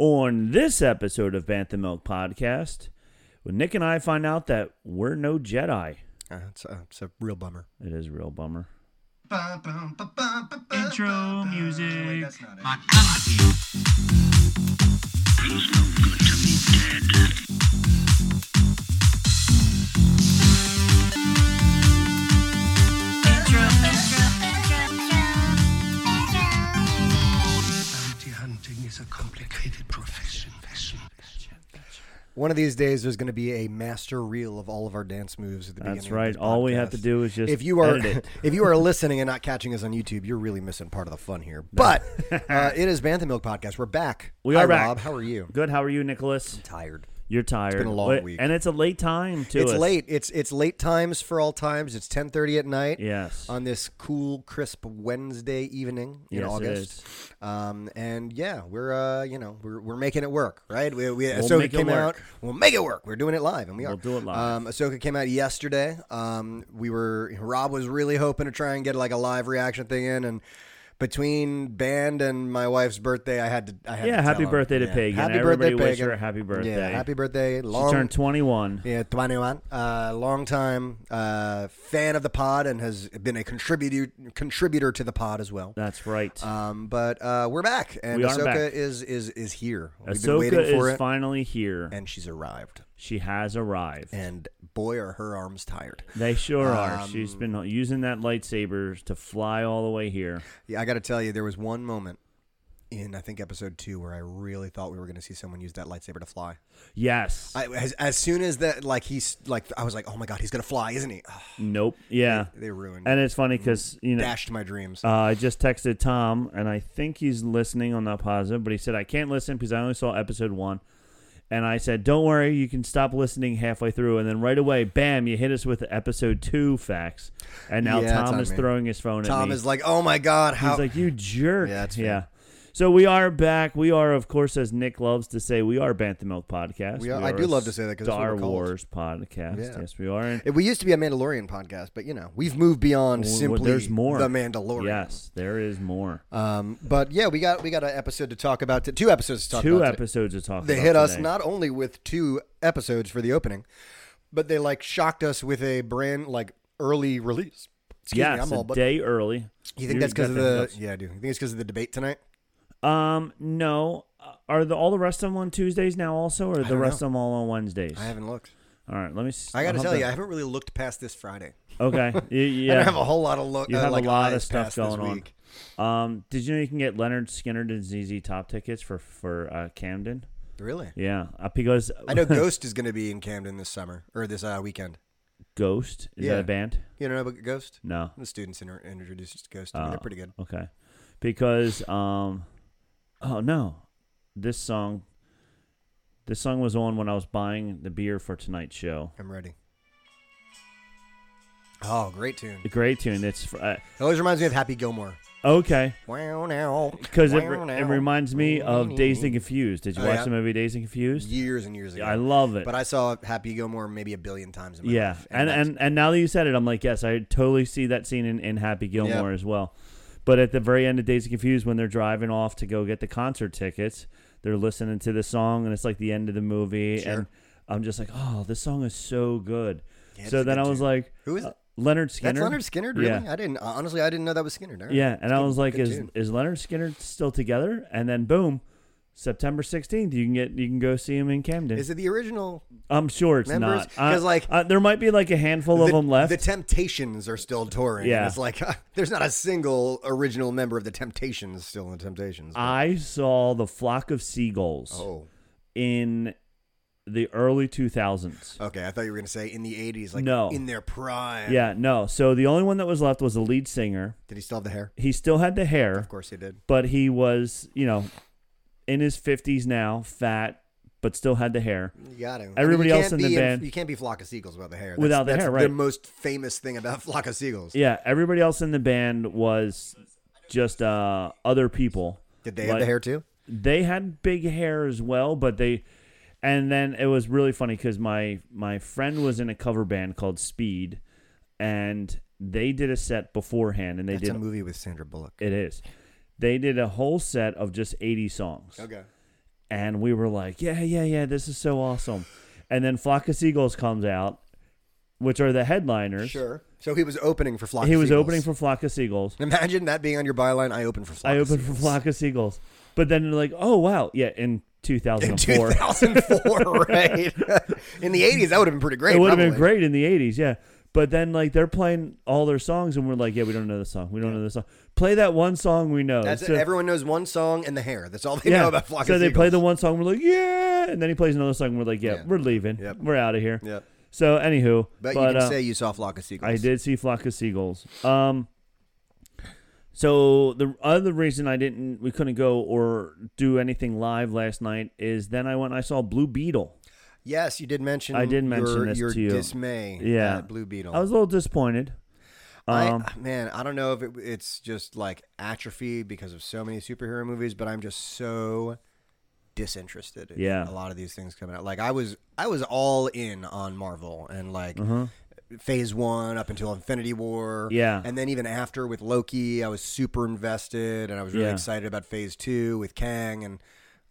On this episode of Bantha Milk Podcast, when Nick and I find out that we're no Jedi, Uh, it's, a, it's a real bummer. it is a real bummer. Intro music. Bounty hunting is a complicated profession. One of these days, there's going to be a master reel of all of our dance moves at the That's beginning. right. Of this All we have podcast. to do is just if you are edit it. if you are listening and not catching us on YouTube, you're really missing part of the fun here. But uh, it is Bantha Milk Podcast. We're back. We Hi, are back. Rob, how are you? Good. How are you, Nicholas? Tired. You're tired. been a long Wait, week. and it's a late time too. it's late. It's it's late times for all times. It's 10:30 at night. Yes. On this cool, crisp Wednesday evening in Yes, it August, um, and yeah, we're uh, you know we're, we're making it work, right? We, we We'll Ahsoka make it came work. out. We'll make it work. We're doing it live, and we are. We'll do it live. Um, Ahsoka came out yesterday. Um, we were Rob was really hoping to try and get like a live reaction thing in, and between band and my wife's birthday, I had to. I had Yeah, to happy tell her. birthday to Pagan. Happy Everybody birthday, wish her a Pagan. happy Yeah, birthday. happy birthday. She Long turned 21. Um, yeah, 21. Uh, long time uh, fan of the pod and has been a contributor contributor to the pod as well. That's right. Um, but uh, we're back, and We are Ahsoka back. is is is here. We've been Ahsoka waiting for is it, finally here. and she's arrived. she has arrived. And boy, are her arms tired. They sure are. Um, She's been using that lightsaber to fly all the way here. Yeah, I got to tell you, there was one moment in I think episode two where I really thought we were going to see someone use that lightsaber to fly. Yes. I, as, as soon as that, like he's like, I was like, oh my god, he's going to fly, isn't he? Ugh, nope. Yeah. they ruined, And it's funny because you know dashed my dreams. uh, I just texted Tom, and I think he's listening on that positive, but he said I can't listen because I only saw episode one. And I said, "Don't worry, you can stop listening halfway through." And then right away, bam, you hit us with the episode two facts. And now Yeah, Tom Tom, is man. throwing his phone at Tom me. is like, oh my god, how? He's like, you jerk. Yeah, that's fair. yeah. So we are back. We are, of course, as Nick loves to say, we are Bantha Milk Podcast. We are- I do a love to say that 'cause that's what Star we're called. Wars podcast. Yeah. Yes, we are. And It- we used to be a Mandalorian podcast, but you know, we've moved beyond w- simply there's more. the Mandalorian. Yes, there is more. Um, but yeah, we got we got an episode to talk about. t- two episodes to talk Two about. today. episodes to talk. They about hit us today. not only with two episodes for the opening, but they like shocked us with a brand like early release. Excuse yes, me, I'm a all but day early. you think that's got because of the the hiccups. yeah, I do. You think it's because of the debate tonight? Um, no. Uh, Are the all the rest of them on Tuesdays now also, or are the don't rest of them all on Wednesdays? I haven't looked. All right, let me. s- I got to I'll tell have you, I haven't really looked past this Friday. to- Okay. y- I Yeah. don't have a whole lot of look. you uh, have like, a lot of eyes stuff past this going on. week. Um, did you know you can get Leonard Skinner and ZZ Top tickets for for uh, Camden? Really? Yeah, uh, because I know Ghost is going to be in Camden this summer or this uh, weekend. Ghost is that Yeah. a band? You don't know about Ghost? No. Oh, Uh, The students inter- introduced Ghost to me. They're pretty good. Okay, because um, oh no, this song, this song was on when I was buying the beer for tonight's show. I'm ready. Oh, great tune. A great tune. It's fr- uh, It always reminds me of Happy Gilmore. okay Wow, now. because it, Wow, re- it now. reminds me of Dazed and Confused. Did you Oh, watch yeah. the movie Dazed and Confused? Years and years ago. I love it. But I saw Happy Gilmore maybe a billion times in my Yeah, life. and that's- and and now that you said it, I'm like, yes, I totally see that scene in, in Happy Gilmore Yeah. as well. But at the very end of Days of Confused, when they're driving off to go get the concert tickets, they're listening to the song, and it's like the end of the movie, and Sure. I'm just like, oh, this song is so good. Yeah, it's so a then good I was tune. like, uh, Who is it? Leonard Skinner? That's Leonard Skinner, really? Yeah. I didn't honestly. I didn't know that was Skinner. All right. Yeah, and I was like, good is tune. is Leonard Skinner still together? And then boom, September 16th, you can get you can go see him in Camden. Is it the original? I'm sure it's members? not. I- 'Cause, like, I- there might be like a handful of the, them left. The Temptations are still touring. Yeah. It's like there's not a single original member of the Temptations still in the Temptations. but- I saw the flock of seagulls oh. in the early 2000s. Okay, I thought you were gonna say in the '80s, like No. in their prime. Yeah, no. So the only one that was left was the lead singer. Did he still have the hair? He still had the hair, Of course he did. but he was, you know, in his 50s now, fat, but still had the hair. You got him. Everybody you else can't in the be band- you can't be flock of seagulls without the hair. That's, Without the that's hair, The right. most famous thing about flock of seagulls. Yeah, everybody else in the band was just uh, other people. Did they have Like- the hair too? they had big hair as well, but they and then it was really funny because my my friend was in a cover band called Speed, and they did a set beforehand, and they That's did a movie with Sandra Bullock. it is they did a whole set of just eighty songs, Okay. and we were like, yeah, yeah, yeah, this is so awesome. And then Flock of Seagulls comes out, which are the headliners. Sure. So he was opening for Flock. He of was Seagulls. opening for Flock of Seagulls. Imagine that being on your byline. I opened for Flock. I of opened for Seagulls. Flock of Seagulls. But then they're like, oh, wow. Yeah, in 2004. 2004, right? In the 80s, that would have been pretty great. it would have been probably. great in the 80s, yeah. But then, like, they're playing all their songs, and we're like, yeah, we don't know the song. We don't know the song. Play that one song we know. That's So- it. Everyone knows one song and the hair. That's all they know about Flock so of they Seagulls. play the one song, we're like, yeah. And then he plays another song, and we're like, yeah, Yeah. we're leaving. Yep. We're out of here. Yep. So, anywho. But, you can uh, say you saw Flock of Seagulls. I did see flock of seagulls. Um, so the other reason I didn't, we couldn't go or do anything live last night is then I went and I saw Blue Beetle. Yes, you did mention. I did mention your, this your to you. dismay. Yeah. at Blue Beetle. I was a little disappointed. I- Um, man, I don't know if it, it's just like atrophy because of so many superhero movies, but I'm just so disinterested. in Yeah. a lot of these things coming out. Like I was, I was all in on Marvel and like Phase One up until Infinity War. Mm-hmm. Yeah. and then even after with Loki, I was super invested, and I was really Yeah. excited about Phase Two with Kang, and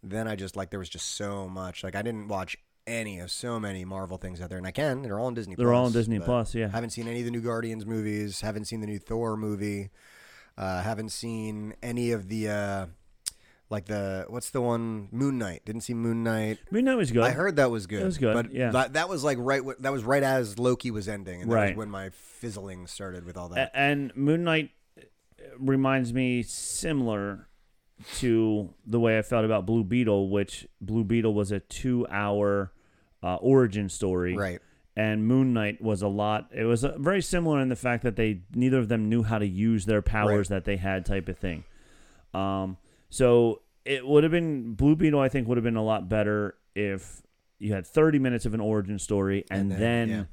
then I just like there was just so much. Like I didn't watch. Any of so many Marvel things out there, and I can. They're all on Disney. They're all on Disney but Plus, yeah. haven't seen any of the new Guardians movies. Haven't seen the new Thor movie. Uh, haven't seen any of the uh, like the what's the one Moon Knight. Didn't see Moon Knight. Midnight was good. I heard that was good. It was good, But yeah. that, that was like right. wh- That was right as Loki was ending, and that Right. was when my fizzling started with all that. A- and Moon Knight uh, reminds me similar to the way I felt about Blue Beetle, which Blue Beetle was a two-hour uh, origin story, Right. And Moon Knight was a lot. It was uh, very similar in the fact that they neither of them knew how to use their powers that they had, type of thing. Um, so it would have been Blue Beetle. I think would have been a lot better if you had 30 minutes of an origin story and, And then. then, yeah.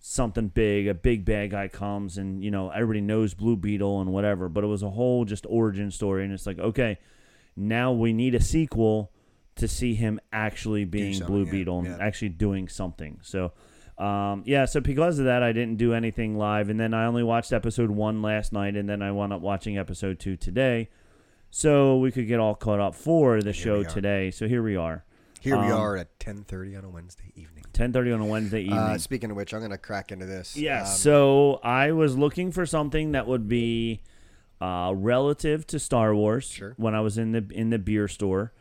Something big, a big bad guy comes, and you know everybody knows Blue Beetle and whatever. But it was a whole just origin story, and it's like, okay, now we need a sequel to see him actually being something, Blue yeah, Beetle and yeah. actually doing something. So, um, yeah, so because of that, I didn't do anything live, and then I only watched episode one last night, and then I wound up watching episode two today, so we could get all caught up for the show we are. today. So here we are, Here we um, are at 10:30 on a Wednesday evening. ten thirty on a Wednesday evening. Uh, speaking of which, I'm gonna crack into this. Yeah, Um, so I was looking for something that would be uh, relative to Star Wars Sure. when I was in the in the beer store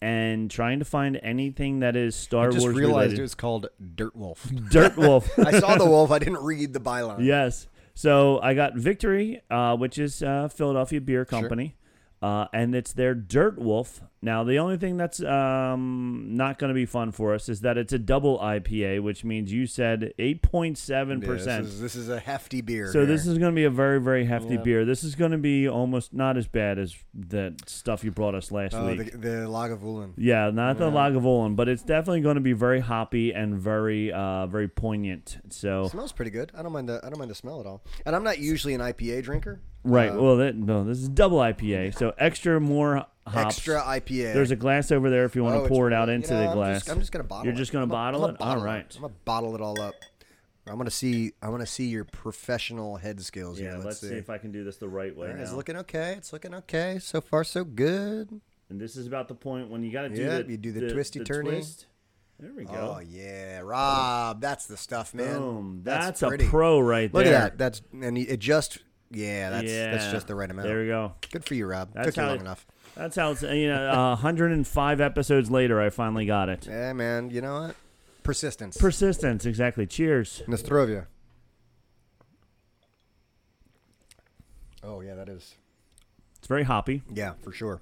and trying to find anything that is Star I just Wars realized related. it was called Dirt Wolf. Dirt Wolf. I saw the wolf. I didn't read the byline. yes. So I got Victory, uh, which is uh, Philadelphia Beer Company, uh, and it's their Dirt Wolf. Now the only thing that's um, not going to be fun for us is that it's a double IPA, which means you said eight point seven Yeah, this, percent. is, this is a hefty beer. So this here. is going to be a very very hefty beer. This is going to be almost not as bad as that stuff you brought us last Oh, week. the, the Lagavulin. yeah, not the Lagavulin, but it's definitely going to be very hoppy and very uh very poignant. So Smells pretty good. I don't mind the I don't mind the smell at all. And I'm not usually an IPA drinker. right, Uh, well that no, this is double IPA. So extra more hops. extra IPA. There's a glass over there if you want Oh, to it's- pour it out you into know, the I'm glass. Just, I'm just gonna bottle. You're it. just gonna I'm a- bottle I'm a it? All bottler. right. I'm gonna bottle it all up. I'm gonna see. I'm gonna see your professional head skills yeah, here. let's, see. if I can do this the right way. All right, It's now. looking okay. It's looking okay. So far, so good. and this is about the point when you got to do Yeah, the you do the twisty turny. twist. There we go. Oh yeah, Rob. That's the stuff, man. Boom. That's, pretty. a pro right Look there. at that. That's and it just. Yeah, that's that's just the right amount. There we go. Good for you, Rob. That's Took you how long it- enough. That's how it's you know, uh, 105 episodes later, I finally got it. Yeah, man. You know what? Persistence. Persistence, exactly. Cheers. Nostrovia. Oh yeah, that is. It's very hoppy. Yeah, for sure.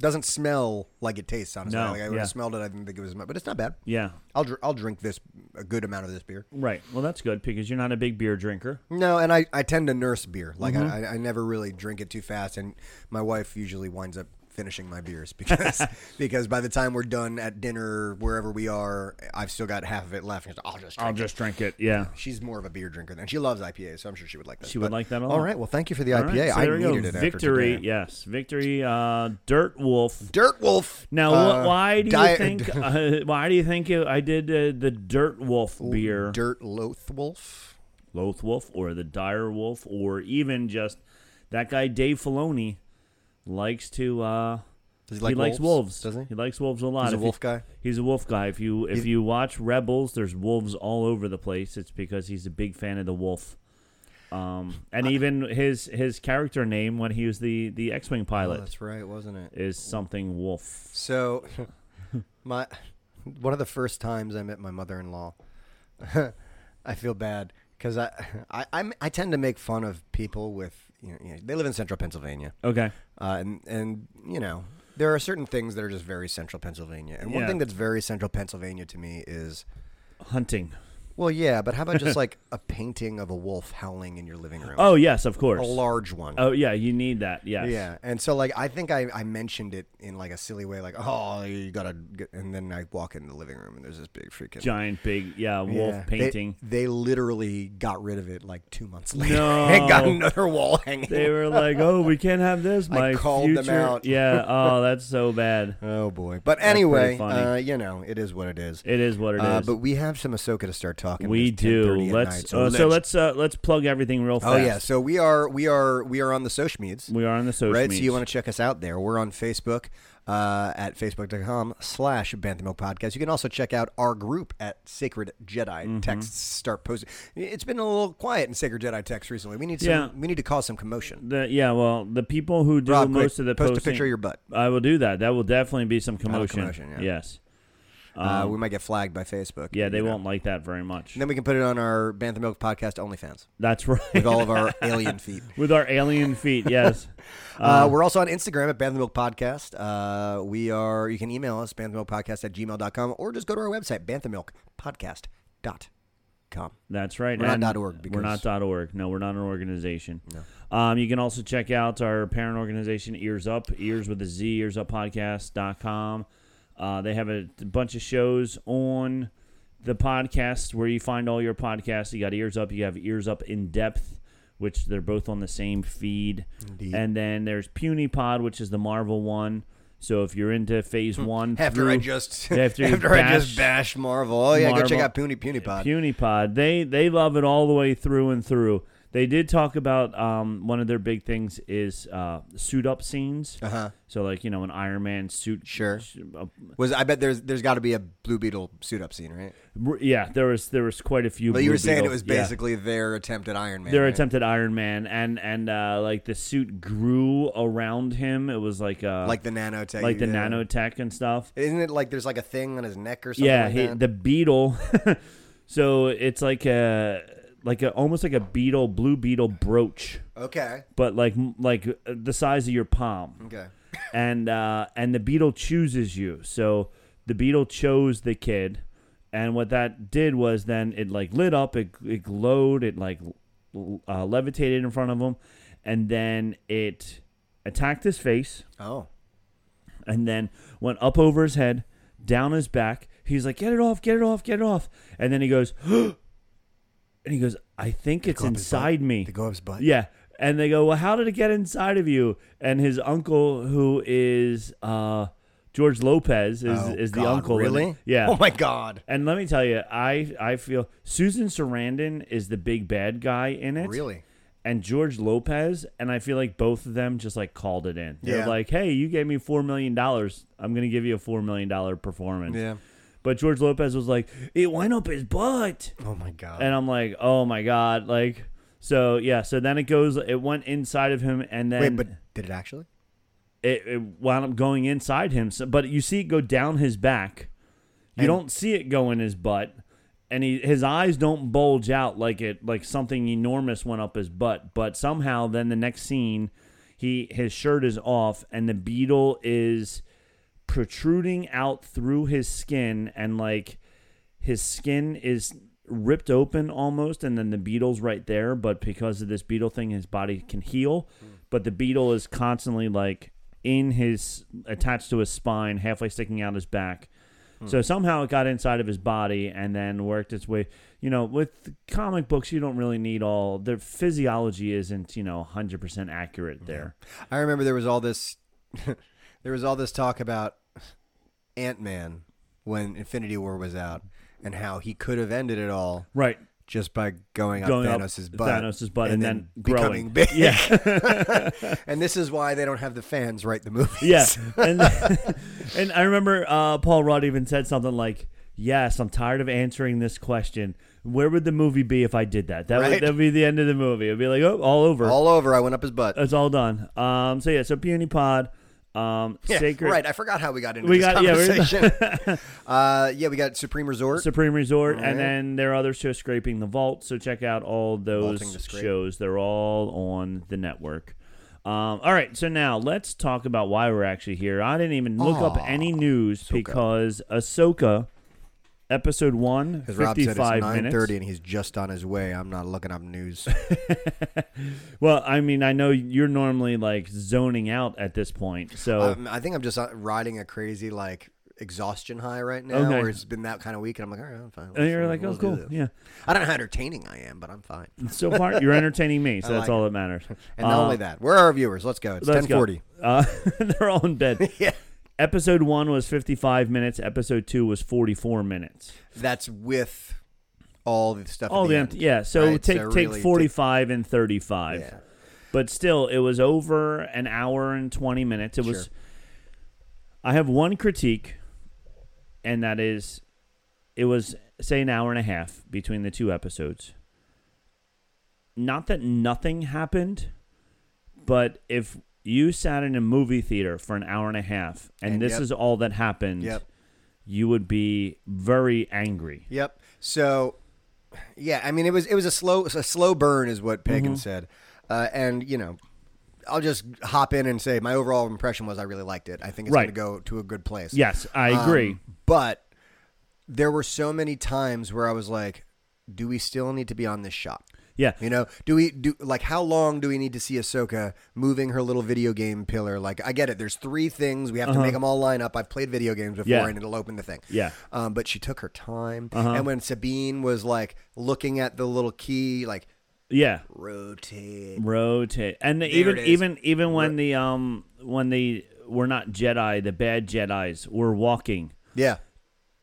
Doesn't smell like it tastes. Honestly, No, like I would yeah. have smelled it. I didn't think it was, but it's not bad. Yeah, I'll dr- I'll drink this a good amount of this beer. right. Well, that's good because you're not a big beer drinker. No, and I, I tend to nurse beer. Like Mm-hmm. I I, I never really drink it too fast, and my wife usually winds up finishing my beers because because by the time we're done at dinner wherever we are, I've still got half of it left. And she's like, I'll just drink I'll it." just drink it. Yeah. She's more of a beer drinker than she loves IPAs, so I'm sure she would like that. She would But- like that a lot. All right. Well, thank you for the All right, IPA. so I there we go. needed it. after Victory, today. yes, victory. Uh, Dirt Wolf. Dirt Wolf. Now, uh, wh- why do diet- you think? Uh, why do you think it, I did uh, the Dirt Wolf beer, Dirt Loath Wolf. Loath Wolf, or the Dire Wolf, or even just that guy Dave Filoni likes to uh, Does he likes wolves. Does he? likes wolves a lot. He's a If you- wolf guy? He's a wolf guy. If you if you watch Rebels, there's wolves all over the place. It's because he's a big fan of the wolf. Um, and even his his character name when he was the the X-wing Oh, pilot that's right, wasn't it? is something wolf. So, my one of the first times I met my mother-in-law, I feel bad because I, I I'm- I tend to make fun of people with you know, you know they live in Central Pennsylvania, Okay. uh, and and you know there are certain things that are just very Central Pennsylvania, and one Yeah. thing that's very Central Pennsylvania to me is Hunting. well, yeah, but how about just like a painting of a wolf howling in your living room, Oh yes, of a course. large one. Oh yeah, you need that. Yes. Yeah, and so like I think I, I mentioned it in like a silly way, like oh you gotta, get, and then I walk in the living room and there's this big freaking Giant big yeah Yeah. wolf They- painting. They, literally got rid of it like two months later No. and got another wall hanging. They were like, "Oh, we can't have this." My I called them future. out. Yeah. Oh, that's so bad. oh boy! But pretty anyway, funny. uh, you know it is what it is. It is what it is. uh, But we have some Ahsoka to start talking. we It's 10:30 do. at Let's night, so, uh, so let's uh, let's plug everything real fast. Oh yeah, so we are we are we are on the social meds. we are on the social. right? So you want to check us out there. We're on Facebook uh, at facebook.com slash Bantha Milk Podcast. You can also check out our group at Sacred Jedi Mm-hmm. Texts. Start posting. It's been a little quiet in Sacred Jedi Texts recently. We need some, Yeah. we need to cause some commotion. The, yeah, well, the people who do Rob, most quick, of the post posting, a picture of your butt. I will do that. That will definitely be some commotion. commotion, yeah. Yes. uh, Um, we might get flagged by Facebook. yeah, they you know. won't like that very much. And then we can put it on our Bantha Milk Podcast OnlyFans That's right. with all of our alien feet. With our alien feet, yes. Uh, we're also on Instagram at Bantha Milk Podcast. Uh, we are. You can email us, banthamilkpodcast at gmail.com, or just go to our website, banthamilkpodcast.com. That's right. We're not and dot .org We're because- not dot .org. No, we're not an organization. Um, you can also check out our parent organization, Ears Up, Ears with a Z, Ears Up Podcast.com. Uh, they have a bunch of shows on the podcast where you find all your podcasts. You got Ears Up, you have Ears Up In Depth, which they're both on the same feed. And then there's PewniePod, which is the Marvel one. So if you're into Hmm. phase one, After through, I just after after, you I bash just bash Marvel. Oh yeah, go check Marvel. out Puny PewniePod. PewniePod. They they love it all the way through and through. They did talk about um, one of their big things is uh, suit up scenes. Uh-huh. So like you know an Iron Man suit. Sure. sh- uh, Was I bet there's there's got to be a Blue Beetle suit up scene, right? r- yeah, there was there was quite a few. Well, you Blue were saying Beetle- it was yeah. basically their attempt at Iron Man. their right? attempted Iron Man and and uh, like the suit grew around him. It was like uh, like the uh, nanotech, like the yeah. nanotech and stuff. Isn't it like there's like a thing on his neck or something? yeah, like he, that? the beetle. so it's like a like a almost like a beetle blue beetle brooch. okay, but like like uh, the size of your palm okay, and uh and the beetle chooses you so the beetle chose the kid and what that did was then it like lit up it, it glowed it like l- uh, levitated in front of him and then it attacked his face oh. and then went up over his head, down his back. He's like, "Get it off! Get it off! Get it off!" And then he goes, and he goes, "I think it's go up his inside butt. me." They go up his butt. Yeah, and they go, "Well, how did it get inside of you?" And his uncle, who is uh, George Lopez, is Oh, is the God, uncle. in it. Really? Yeah. Oh my god. and let me tell you, I I feel Susan Sarandon is the big bad guy in it Really? and George Lopez, and I feel like both of them just like called it in. They're Yeah. like, "Hey, you gave me four million dollars. I'm gonna give you a four million dollar performance." Yeah. But George Lopez was like, "It went up his butt," Oh my god. and I'm like, "Oh my god!" Like, so yeah. So then it goes. It went inside of him, and then Wait, but did it actually? it, it wound up going inside him. So, but you see it go down his back. You don't see it go in his butt, and he, his eyes don't bulge out like it like something enormous went up his butt. But somehow, then the next scene, he his shirt is off, and the beetle is protruding out through his skin, and like his skin is ripped open almost and then the beetle's right there but because of this beetle thing his body can heal but the beetle is constantly like in his attached to his spine halfway sticking out his back so somehow it got inside of his body and then worked its way you know with comic books you don't really need all their physiology isn't you know 100% accurate there I remember there was all this, there was all this talk about Ant Man when Infinity War was out, and how he could have ended it all, right just by going up going Thanos' up butt, Thanos's butt, and, then, growing. becoming big. Yeah, and this is why they don't have the fans write the movies. yeah. And and I remember uh, Paul Rudd even said something like, "Yes, I'm tired of answering this question. Where would the movie be if I did that? That Right. would that'd be the end of the movie. It'd be like, oh, all over. all over. I went up his butt. it's all done. Um. So yeah. So PewDiePod. Um. yeah, sacred. right. I forgot how we got into We this got- yeah, we're- conversation. uh, yeah, we got Supreme Resort. Supreme Resort, Alright. and then there are other shows scraping the vault. So check out all Vaulting those the Scrape. shows; they're all on the network. Um, all right, so now let's talk about why we're actually here. I didn't even look up any news because Ahsoka episode one, Because Rob said it's 55 nine minutes. thirty and he's just on his way. I'm not looking up news. Well, I mean, I know you're normally like zoning out at this point, so um, I think I'm just uh, riding a crazy like exhaustion high right now, Okay. where it's been that kind of week, and I'm like, all right, I'm fine. and you're We'll- like, we'll oh, do cool, this." yeah. I don't know how entertaining I am, but I'm fine. So far, you're entertaining me, so I that's like all it. that matters. And not Uh, only that, where are our viewers? Let's go. It's Let's ten go. forty. Uh, they're all in bed. Yeah. Episode one was 55 minutes. Episode two was 44 minutes. That's with all the stuff. All at the the empty. Yeah. So Right, take so take really 45 and 35. Yeah. But still, it was over an hour and 20 minutes. It was. Sure. I have one critique, and that is, it was say an hour and a half between the two episodes. Not that nothing happened, but if you sat in a movie theater for an hour and a half, and, And this yep. is all that happened, Yep. you would be very angry. Yep. So, yeah, I mean, it was it was a slow a slow burn, is what Mm-hmm. Pagan said, uh, and you know. I'll just hop in and say my overall impression was I really liked it. I think it's Right. going to go to a good place. Yes, I agree. Um, but there were so many times where I was like, do we still need to be on this shot? yeah, You know, do we do like how long do we need to see Ahsoka moving her little video game pillar? Like, I get it. There's three things we have to make them all line up. I've played video games before, Uh-huh. Yeah. and it'll open the thing. Yeah. Uh-huh. Um, but she took her time, and when Sabine was like looking at the little key, like yeah. rotate. rotate and even it is. even even when the um when they were not jedi the bad jedis were walking Yeah.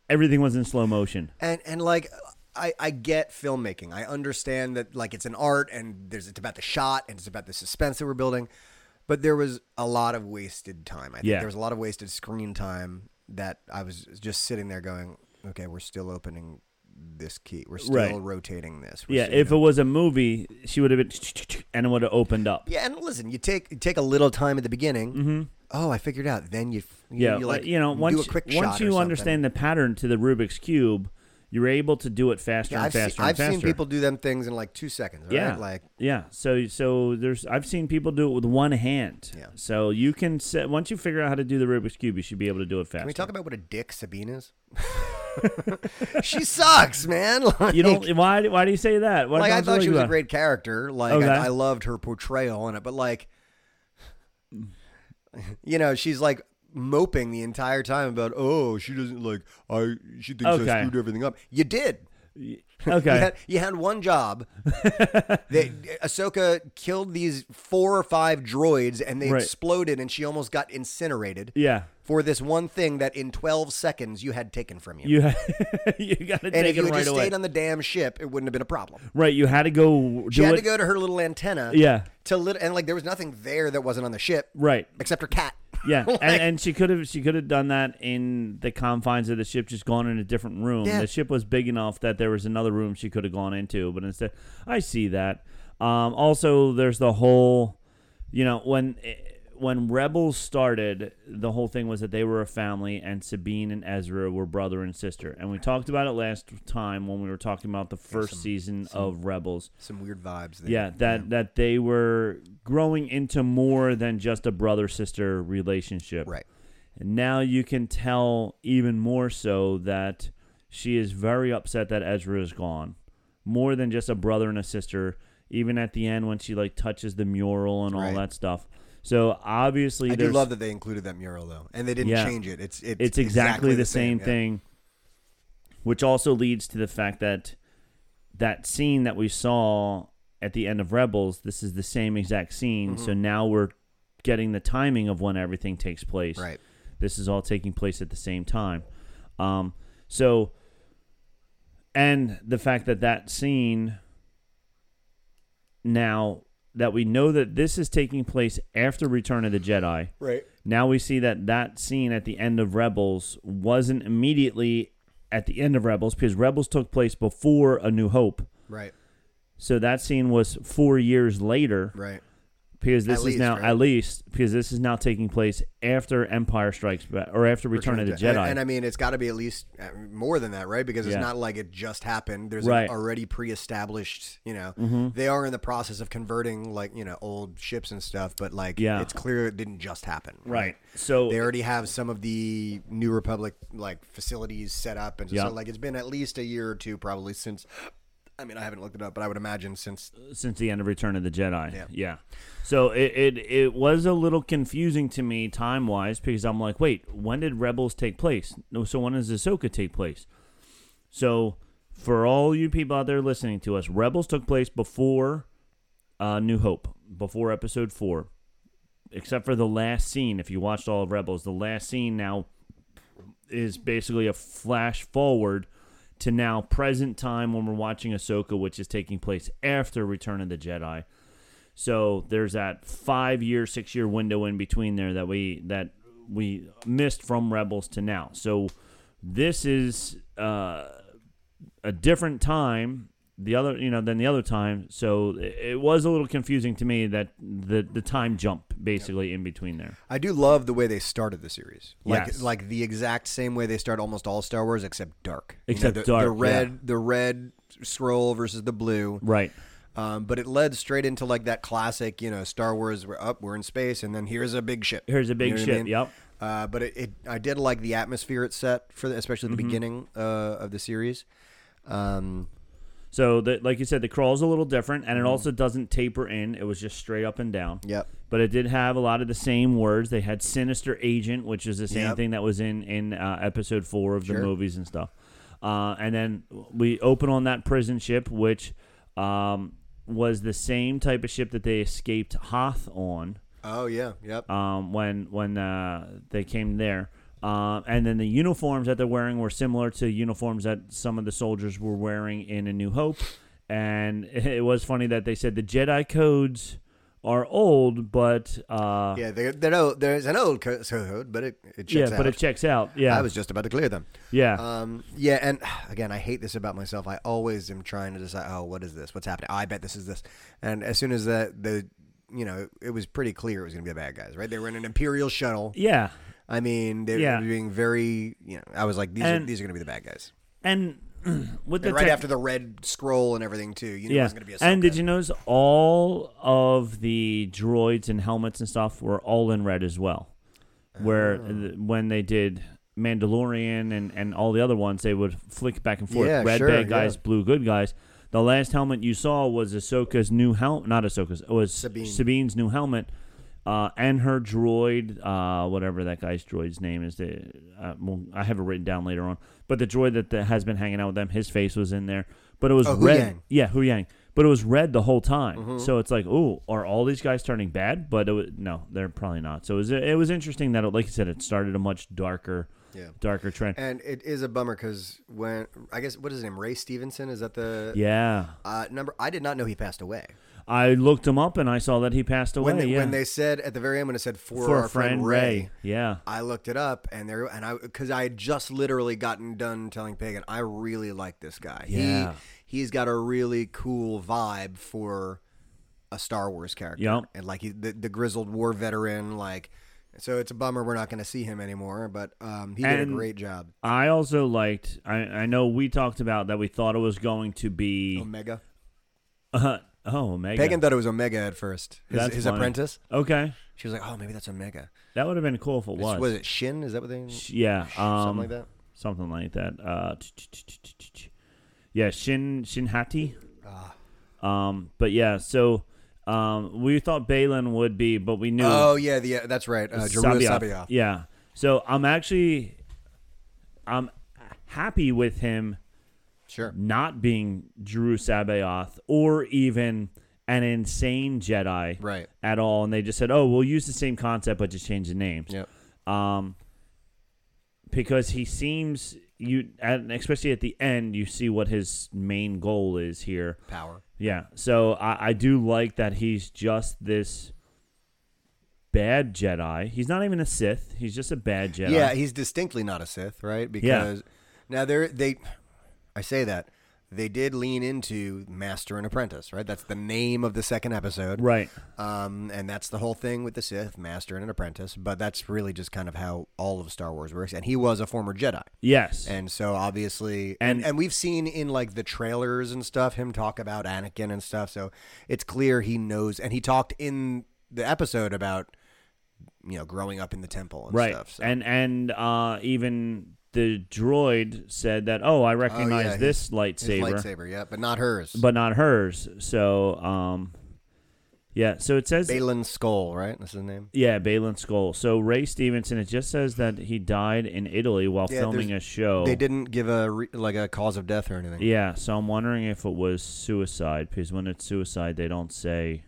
everything was in slow motion and and like I, I get filmmaking. I understand that like it's an art and there's it's about the shot and it's about the suspense that we're building. But there was a lot of wasted time. I think Yeah. there was a lot of wasted screen time that I was just sitting there going, Okay, we're still opening this key. We're still Right. rotating this. We're yeah still- if it was a movie she would have been and it would have opened up yeah, and listen, you take you take a little time at the beginning. Mm-hmm. Oh, I figured out. Then you, you yeah you, like like you know once do a quick once shot or you something. understand the pattern to the rubik's cube you're able to do it faster Yeah, and I've, faster seen, and I've faster seen people do them things in like two seconds. yeah right? like yeah so so there's i've seen people do it with one hand Yeah. so you can set once you figure out how to do the rubik's cube you should be able to do it faster Can we talk about what a dick Sabine is? she sucks, man. Like, you don't why why do you say that Why like I don't you thought she was a that? great character. Like Okay. I, I loved her portrayal in it, but like, you know, she's like moping the entire time about oh she doesn't like I she thinks Okay. I screwed everything up. You did. Okay. You had, you had one job. they, Ahsoka killed these four or five droids, and they Right. exploded, and she almost got incinerated. yeah. for this one thing that in 12 seconds you had taken from you. You had, you got to and if take you it had right just away. stayed on the damn ship, it wouldn't have been a problem. right. You had to go do She had it. to go to her little antenna. Yeah. To lit- and like there was nothing there that wasn't on the ship. Right. Except her cat. Yeah. Like, and, and she could have she could have done that in the confines of the ship, just gone in a different room. Yeah. The ship was big enough that there was another room she could have gone into, but instead, I see that. Um, also, there's the whole, you know, when eh, when rebels started, the whole thing was that they were a family, and Sabine and Ezra were brother and sister, and we talked about it last time when we were talking about the first season of Rebels. some weird vibes there. yeah that that they were growing into more than just a brother sister relationship Right. and now you can tell even more so that she is very upset that ezra is gone more than just a brother and a sister even at the end when she like touches the mural and all Right. that stuff so obviously I do there's love that they included that mural though, and they didn't Yeah. change it. It's it's, it's exactly, the, same, yeah. thing which also leads to the fact that that scene that we saw at the end of rebels this is the same exact scene so Mm-hmm. now we're getting the timing of when everything takes place Right. this is all taking place at the same time um, so and the fact that that scene now that we know that this is taking place after Return of the Jedi, Right. now we see that that scene at the end of Rebels wasn't immediately at the end of Rebels because Rebels took place before A New Hope. Right. So that scene was four years later Right. because this At is least, now right? at least because this is now taking place after Empire Strikes Back or after Return, of the Jedi. And, and I mean, it's got to be at least uh, more than that, right? Because it's Yeah. not like it just happened. There's Right. Mm-hmm. an already pre-established, you know, they are in the process of converting like you know old ships and stuff, but like Yeah. it's clear it didn't just happen, right. So They already have some of the New Republic like facilities set up, and Yeah. so like it's been at least a year or two probably since. I mean, I haven't looked it up, but I would imagine since since the end of Return of the Jedi. Yeah. So it, it it was a little confusing to me time wise because I'm like, wait, when did Rebels take place? No, so when does Ahsoka take place? So for all you people out there listening to us, Rebels took place before uh, New Hope, before Episode Four, except for the last scene. If you watched all of Rebels, the last scene now is basically a flash forward to now present time when we're watching Ahsoka, which is taking place after Return of the Jedi. So there's that five year, six year window in between there that we that we missed from Rebels to now. So this is uh, a different time. The other, you know, than the other time, so it it was a little confusing to me that the the time jump basically in between there. I do love the way they started the series. Like Yes. like the exact same way they start almost all Star Wars except dark. You know, Except the, dark, The red yeah. the red scroll versus the blue. Right. Um, but it led straight into like that classic, you know, Star Wars we're up, we're in space and then here's a big ship. Here's a big what I ship, mean? yep. Uh, but it, it I did like the atmosphere it set for the, especially Mm-hmm. the beginning uh, of the series. Um, So, the, like you said, the crawl's a little different, and it also doesn't taper in. It was just straight up and down. Yep. But it did have a lot of the same words. They had sinister agent, which is the same Yep. thing that was in in uh, episode four of the Sure. movies and stuff. Uh, and then we open on that prison ship, which um, was the same type of ship that they escaped Hoth on oh yeah, yep. um, when when uh, they came there. Um, and then the uniforms that they're wearing were similar to uniforms that some of the soldiers were wearing in A New Hope. And it was funny that they said the Jedi codes are old, but uh, yeah, they, they're old, there's an old co- code, but it, it yeah, checks out. but it checks out. Yeah, I was just about to clear them. yeah, Um, yeah, and again, I hate this about myself. I always am trying to decide, oh, what is this? What's happening? I bet this is this. And as soon as that, the, you know, it was pretty clear it was going to be the bad guys, right? They were in an imperial shuttle. yeah. I mean, they Yeah. were being very, you know, I was like, these are And- these are going to be the bad guys. And with the And right tech- after the red scroll and everything too, you know, it yeah. was going to be a. and did you notice all of the droids and helmets and stuff were all in red as well? Where Oh. th- when they did Mandalorian and, and all the other ones, they would flick back and forth. Yeah, red sure, bad guys, yeah. blue good guys. The last helmet you saw was Ahsoka's new helmet. Not Ahsoka's. It was Sabine. Sabine's new helmet. Uh, and her droid, uh, whatever that guy's droid's name is, the, uh, well, I have it written down later on. But the droid that, that has been hanging out with them, his face was in there. But it was Oh, Hu red. Yang. Yeah, Hu Yang. But it was red the whole time. Mm-hmm. So it's like, ooh, are all these guys turning bad? But it was, no, they're probably not. So it was, it was interesting that, it, like you said, it started a much darker, Yeah. darker trend. And it is a bummer because when I guess what is his name Ray Stevenson is that the yeah, uh, number I did not know he passed away I looked him up and I saw that he passed away. when they, yeah. when they said at the very end when it said for, for our a friend, Ray. Yeah, I looked it up and there and I because I had just literally gotten done telling Pagan I really like this guy. Yeah. He he's got a really cool vibe for a Star Wars character. Yep. And like he the, the grizzled war veteran like so it's a bummer we're not going to see him anymore but um, he did a And- great job. I also liked. I I know we talked about that we thought it was going to be. Omega. Uh, oh, Omega. Pagan thought it was Omega at first. His, That's his funny. apprentice. Okay, She was like, "Oh, maybe that's Omega." that would have been cool if it It's- was. Was it Shin? Is that what they? Yeah, um, something like that. something like that. Uh, ch- ch- ch- ch- ch- ch- yeah, Shin Shinhati. Ah. Um, but yeah, so um, we thought Balin would be, but we knew Oh yeah, the uh, that's right. Uh, Jerua Sabiaf. Sabiaf. Yeah, so I'm actually I'm happy with him Sure. not being Drew Sabayoth or even an insane Jedi Right. at all, and they just said, "Oh, we'll use the same concept, but just change the names." Yep. um, because Um, he seems you, and especially at the end, you see what his main goal is here. Power. Yeah. So I, I do like that he's just this bad Jedi. He's not even a Sith. He's just a bad Jedi. Yeah, he's distinctly not a Sith, right? Because now they're they I say that they did lean into master and apprentice, right? That's the name of the second episode. Right. Um, and that's the whole thing with the Sith, master and an apprentice, but that's really just kind of how all of Star Wars works. And he was a former Jedi. Yes. And so obviously and, And- and we've seen in like the trailers and stuff him talk about Anakin and stuff, so it's clear he knows and he talked in the episode about you know, growing up in the temple and right. stuff. So. And and uh, even the droid said that. Oh, I recognize yeah, this His lightsaber, lightsaber, yeah, but not hers. but not hers. So um, yeah. So it says Balin Skull, right? That's his name. Yeah, Balin Skull. So Ray Stevenson, it just says that he died in Italy while Yeah, filming a there's- show. They didn't give a re- like a cause of death or anything. Oh. Yeah, so I'm wondering if it was suicide because when it's suicide, they don't say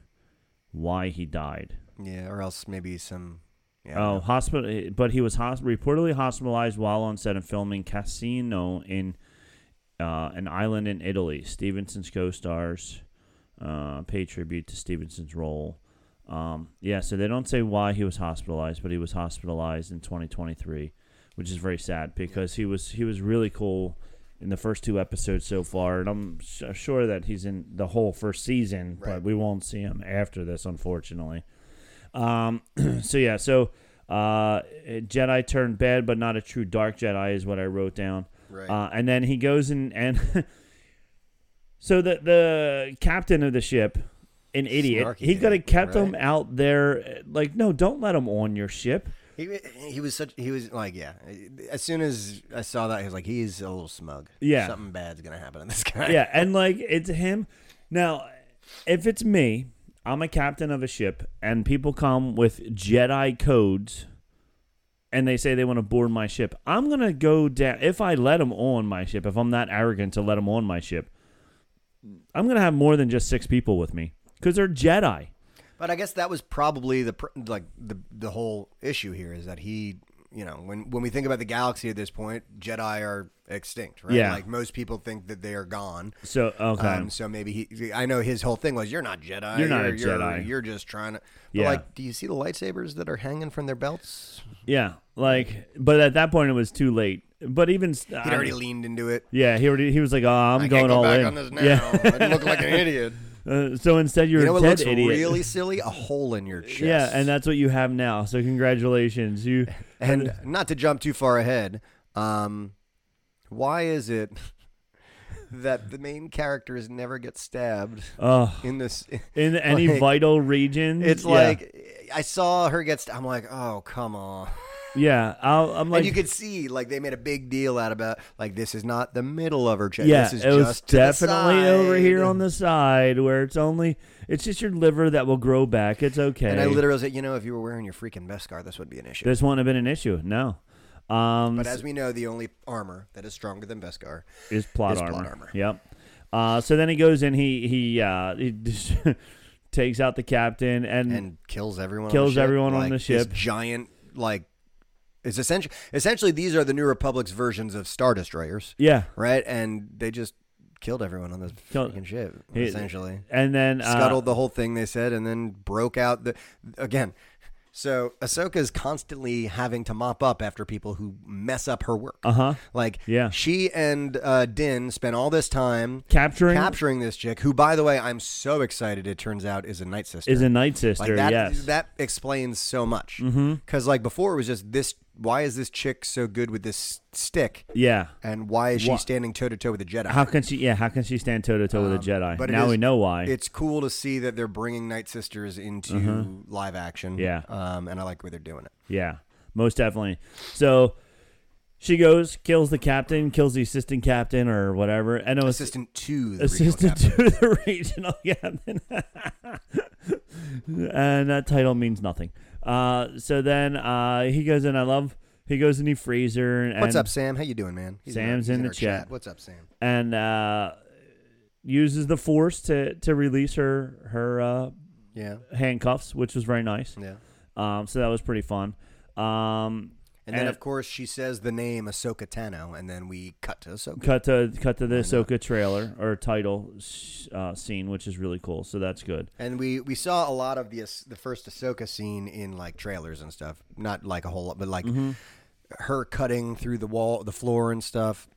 why he died. Yeah, or else maybe some. Yeah, Oh, hospital, but he was hos- reportedly hospitalized while on set of filming Casino in uh, an island in Italy. Stevenson's co-stars uh, pay tribute to Stevenson's role. Um, yeah, so they don't say why he was hospitalized, but he was hospitalized in 2023, which is very sad because he was he was really cool in the first two episodes so far, and I'm s- uh, sure that he's in the whole first season, Right. but we won't see him after this, unfortunately. Um, so yeah, so uh, Jedi turned bad, but not a true dark Jedi is what I wrote down. Right. Uh, and then he goes and and so the the captain of the ship, an idiot, Snarky he could have idiot, kept him right? out there. eh, Like, no, don't let him on your ship. he, he was such. He was like, yeah. As soon as I saw that, he was like, he's a little smug. Yeah. something bad's gonna happen to this guy. yeah, and like it's him. Now, if it's me, I'm a captain of a ship, and people come with Jedi codes, and they say they want to board my ship. I'm gonna go down if I let them on my ship. If I'm not arrogant to let them on my ship, I'm gonna have more than just six people with me because they're Jedi. But I guess that was probably the pr- like the the whole issue here is that he, you know, when when we think about the galaxy at this point, Jedi are extinct, right? Yeah. Like most people think that they are gone. So okay, Um, so maybe he. I know his whole thing was, "You're not Jedi. You're not a you're, Jedi. You're just trying to." But Yeah. Like, do you see the lightsabers that are hanging from their belts? yeah, like, but at that point it was too late. But even He already leaned into it. yeah, he already he was like, oh, I'm I going can't go all back in. on this now. Yeah. I look like an idiot. Uh, so instead, you're You know a what dead looks idiot. really silly? A hole in your chest. Yeah, and that's what you have now. So congratulations, you. and not to jump too far ahead. Um, why is it that the main characters never get stabbed Oh, in this? in any Like, vital region, It's yeah, like I saw her get. St- I'm like, oh come on. yeah. I'll, I'm like and you could see like they made a big deal out about like this is not the middle of her chest. yeah, this is it was just to the definitely over side. here on the side where it's only it's just your liver that will grow back. It's okay. And I literally said, you know, if you were wearing your freaking best scar, this would be an issue. this wouldn't have been an issue. No, um, but as we know, the only armor that is stronger than Beskar. is plot is armor. plot armor. Yep. Uh, so then he goes and he he uh, he just takes out the captain and, and kills everyone. on Mm. Kills the ship. everyone on Like, the this ship. giant like it's essentially essentially these are the New Republic's versions of Star Destroyers, yeah. right? And they just killed everyone on this Killed- freaking ship. He- essentially, And then uh, scuttled the whole thing. They said, and then broke out the again. So Ahsoka is constantly having to mop up after people who mess up her work. Uh huh. Like Yeah. she and uh, Din spent all this time Capturing capturing this chick, who, by the way, I'm so excited. It turns out is a night sister. is a night sister. Like that, yes. Mm-hmm. that explains so much. Because like before, it was just this. Why is this chick so good with this stick? yeah. And why is she Wha- standing toe to toe with a Jedi? How can she? Yeah. How can she stand toe to toe with a Jedi? Um, But it now is- we know why. It's cool to see that they're bringing Night Sisters into live action. Mm-hmm. Yeah. Um, and I like where they're doing it. yeah. Most definitely. So she goes, kills the captain, kills the assistant captain or whatever, and it was Assistant to the assistant Assistant. to the regional captain. and that title means nothing. Uh, so then uh, he goes in. I love. He goes in the freezer. And, What's up, Sam? How you doing, man? He's Sam's he's in the our chat. What's up, Sam? and uh, uses the force to to release her her uh, Yeah. handcuffs, which was very nice. Yeah. Um, so that was pretty fun. Um, And then, And- of course, she says the name Ahsoka Tano, and then we cut to Ahsoka. Cut to cut to the Ahsoka trailer or title uh, scene, which is really cool. So that's good. And we, we saw a lot of the Ahs- the first Ahsoka scene in like trailers and stuff. Not like a whole lot, but like Mm-hmm. her cutting through the wall, the floor and stuff.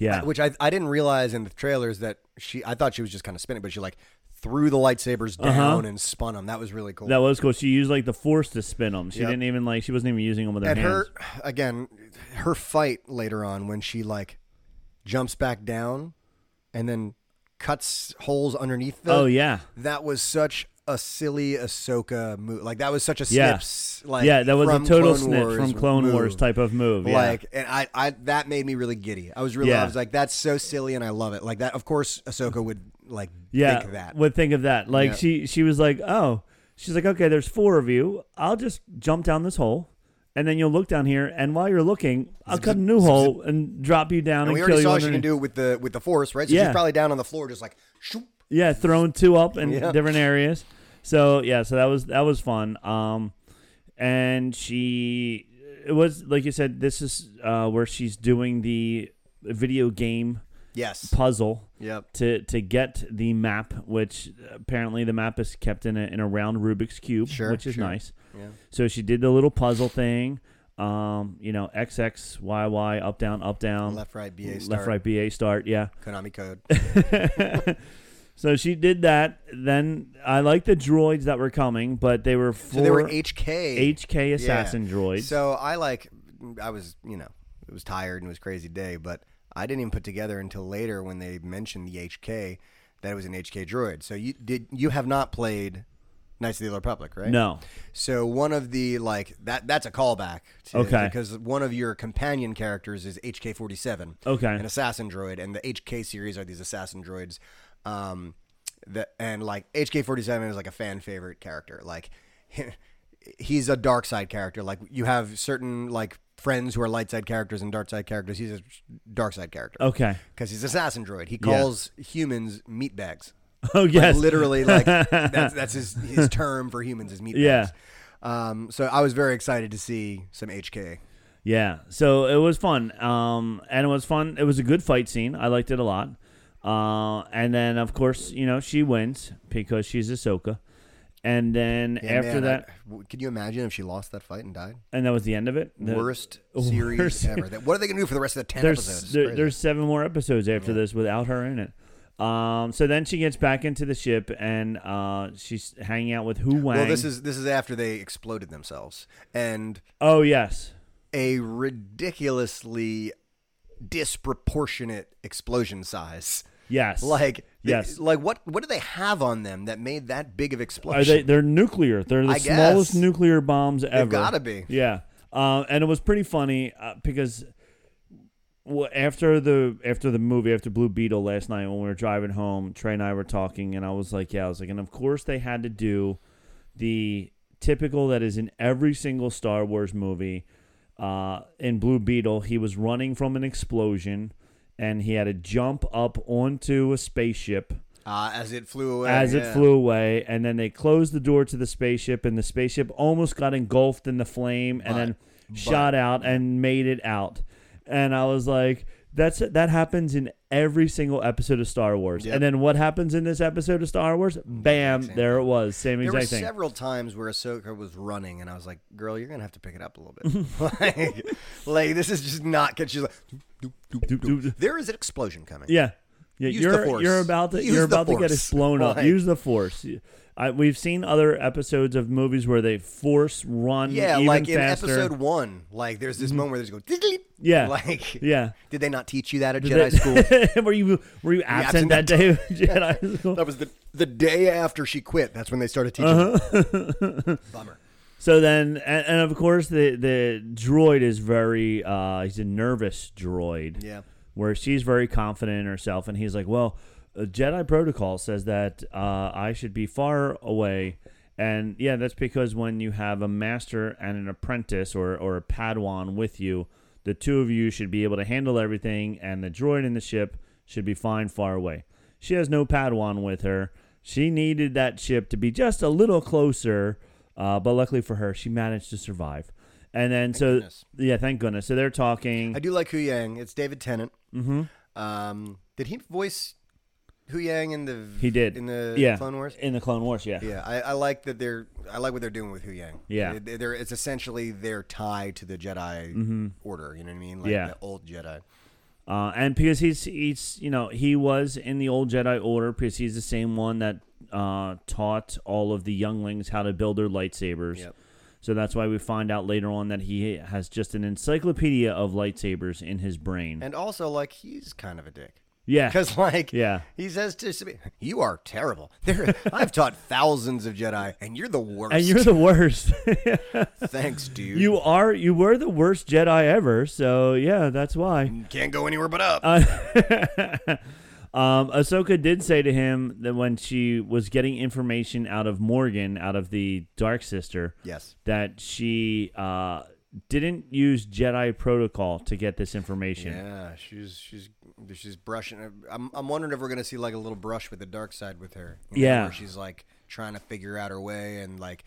Yeah, I- which I, I didn't realize in the trailers that she I thought she was just kind of spinning, but she like threw the lightsabers down and spun them. That was really cool. Uh-huh. that was cool. She used like the force to spin them. She Yep. didn't even like she wasn't even using them with her and hands. her again, her fight later on when she like jumps back down and then cuts holes underneath. The, oh yeah, that was such a silly Ahsoka move. Like that was such a Yeah. snips. Like yeah. That was a from total Clone snitch Wars from Clone move. Wars type of move. Yeah. Like and I, I that made me really giddy. I was really Yeah. I was like, that's so silly and I love it. Like that of course Ahsoka would like yeah, think that. would think of that. Like Yeah. she she was like, oh, she's like, okay, there's four of you. I'll just jump down this hole, and then you'll look down here. And while you're looking, I'll cut a new hole and drop you down And and, we kill already you. saw she can underneath. do it with the with the force, right? So Yeah. she's probably down on the floor, just like shoop. Yeah, throwing two up in Yeah. different areas. So yeah, so that was that was fun. Um, and she it was like you said, this is uh where she's doing the video game Yes. puzzle Yep. to to get the map, which apparently the map is kept in a in a round Rubik's cube, Sure, which is sure. nice. Yeah. So she did the little puzzle thing. Um, you know, XX, YY, up, down, up, down, Left, right, BA, left, start. right, BA, start. Yeah. Konami code. So she did that. Then I like the droids that were coming, but they were for So they were HK. HK assassin droids. So I like, I was, you know, it was tired and it was a crazy day, but I didn't even put together until later when they mentioned the HK that it was an HK droid. So you did, you have not played Knights of the Old Republic, right? no, So one of the like that that's a callback. To, Okay. Because one of your companion characters is HK forty seven. Okay. An assassin droid, and the HK series are these assassin droids. Um, that and like HK forty seven is like a fan favorite character. Like he's a dark side character. Like you have certain like friends who are light side characters and dark side characters. He's a dark side character. okay, Because he's assassin droid. He calls humans meat bags. oh yes, Like, literally, like that's, that's his his term for humans is meat. Yeah. bags. Um, so I was very excited to see some HK. yeah. So it was fun, um, and it was fun. It was a good fight scene. I liked it a lot. Uh, and then of course, you know, she wins because she's Ahsoka. And then Yeah, after man, I- that, w- could you imagine if she lost that fight and died? and that was the end of it. The- worst series worst- ever. That- What are they gonna do for the rest of the ten there's episodes? there, Crazy. there's seven more episodes after this without her in it. Um, so then she gets back into the ship and uh, she's hanging out with Hu Wang. well, this is this is after they exploded themselves, and oh yes, a ridiculously disproportionate explosion size. yes, Like Yes. like what what do they have on them that made that big of are explosion? they? They're nuclear. They're the I smallest guess. nuclear bombs ever. gotta be. Yeah, uh, and it was pretty funny uh, because well, after the after the movie after Blue Beetle last night when we were driving home, Trey and I were talking, and I was like, yeah, I was like, and of course they had to do the typical that is in every single Star Wars movie. Uh, in Blue Beetle, he was running from an explosion, and he had to jump up onto a spaceship uh, as it flew away. as it yeah. flew away, and then they closed the door to the spaceship, and the spaceship almost got engulfed in the flame, and then shot out and made it out. And I was like, "That's that happens in every single episode of Star Wars." Yep. And then what happens in this episode of Star Wars? Bam! There it was, same There were exact thing. several times where Ahsoka was running, and I was like, "Girl, you're gonna have to pick it up a little bit. like, like, this is just not good." She's like, "Doop, doop, doop, Doop, doop. doop." "There is an explosion coming." Yeah, yeah. Use the you're force. you're about to Use you're the about to get force. us blown up. Like- Use the force. I, we've seen other episodes of movies where they force run. yeah. E- even Like faster. Mm-hmm. in episode one, like there's this moment where they just go, "Diddly." Yeah. like, Yeah. Did they not teach you that at Did Jedi they- school? were you were you absent, that absent that day? of Jedi school? That was the the day after she quit. That's when they started teaching. Uh-huh. her. Bummer. So then, and, and of course, the the droid is very uh, he's a nervous droid. Yeah. Where she's very confident in herself, and he's like, "Well, uh, Jedi protocol says that uh, I should be far away." And yeah, that's because when you have a master and an apprentice or, or a Padawan with you, the two of you should be able to handle everything, and the droid in the ship should be fine far away. She has no Padawan with her. She needed that ship to be just a little closer, uh, but luckily for her, she managed to survive. And then so goodness. yeah, thank goodness. So they're talking. I do like Hu Yang. It's David Tennant. Mm-hmm. Um, did he voice Hu Yang in the he did in the yeah, Clone Wars? in the Clone Wars. Yeah, Yeah, I, I like that they're. I like what they're doing with Hu Yang. Yeah. They- they're, it's essentially their tie to the Jedi Order. You know what I mean? Like Mm-hmm. Yeah. the old Jedi. Uh, and because he's he's you know he was in the old Jedi Order because he's the same one that uh, taught all of the younglings how to build their lightsabers. Yep. So that's why we find out later on that he has just an encyclopedia of lightsabers in his brain. And also, like, he's kind of a dick. yeah, Because, like, Yeah. he says to Sabine, "You are terrible. There, I've taught thousands of Jedi, and you're the worst. and you're the worst. Thanks, dude. you are you were the worst Jedi ever. So yeah, that's why. can't go anywhere but up. Uh, Um, Ahsoka did say to him that when she was getting information out of Morgan, out of the Dark Sister, yes, that she uh, didn't use Jedi protocol to get this information. yeah, she's she's she's brushing. I'm I'm wondering if we're gonna see like a little brush with the dark side with her. you know, Yeah. where she's like trying to figure out her way, and like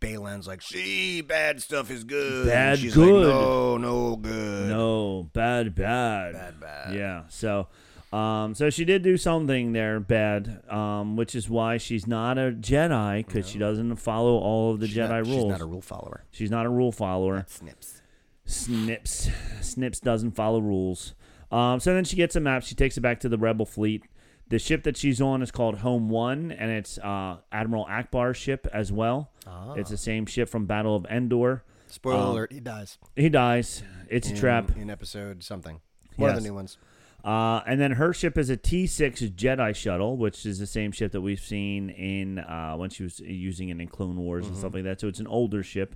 Balan's like, see, bad stuff is good. and Bad she's good. Like, no, no good. No, bad, bad, Bad, bad. Yeah. So, um, so she did do something there bad, um, which is why she's not a Jedi because she doesn't follow all of the She's Jedi not- rules. She's not a rule follower. she's not a rule follower. Snips. Snips. Snips doesn't follow rules. Um, so then she gets a map. She takes it back to the Rebel fleet. The ship that she's on is called Home One, and it's uh, Admiral Akbar's ship as well. Ah. It's the same ship from Battle of Endor. Spoiler Um, alert: He dies. He dies. It's a trap. in episode something. One of Yes. the new ones. Uh, and then her ship is a T6 Jedi shuttle, which is the same ship that we've seen in uh, when she was using it in Clone Wars and Mm-hmm. stuff like that. So it's an older ship.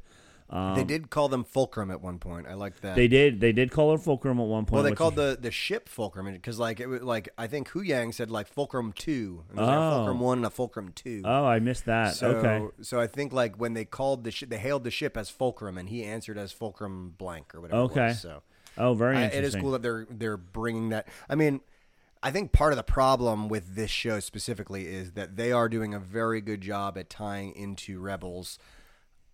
they did call them Fulcrum at one point. I liked that. Um, They did. They did call her Fulcrum at one point. well, they which called was- the, the ship Fulcrum because like it was like I think Hu Yang said like Fulcrum two. And there's like a Oh. Fulcrum one and a Fulcrum two. Oh, I missed that. so, okay. So I think like when they called the ship, they hailed the ship as Fulcrum, and he answered as Fulcrum blank or whatever. it Okay. was, so Oh, very I, interesting. it is cool that they're they're bringing that. I mean, I think part of the problem with this show specifically is that they are doing a very good job at tying into Rebels,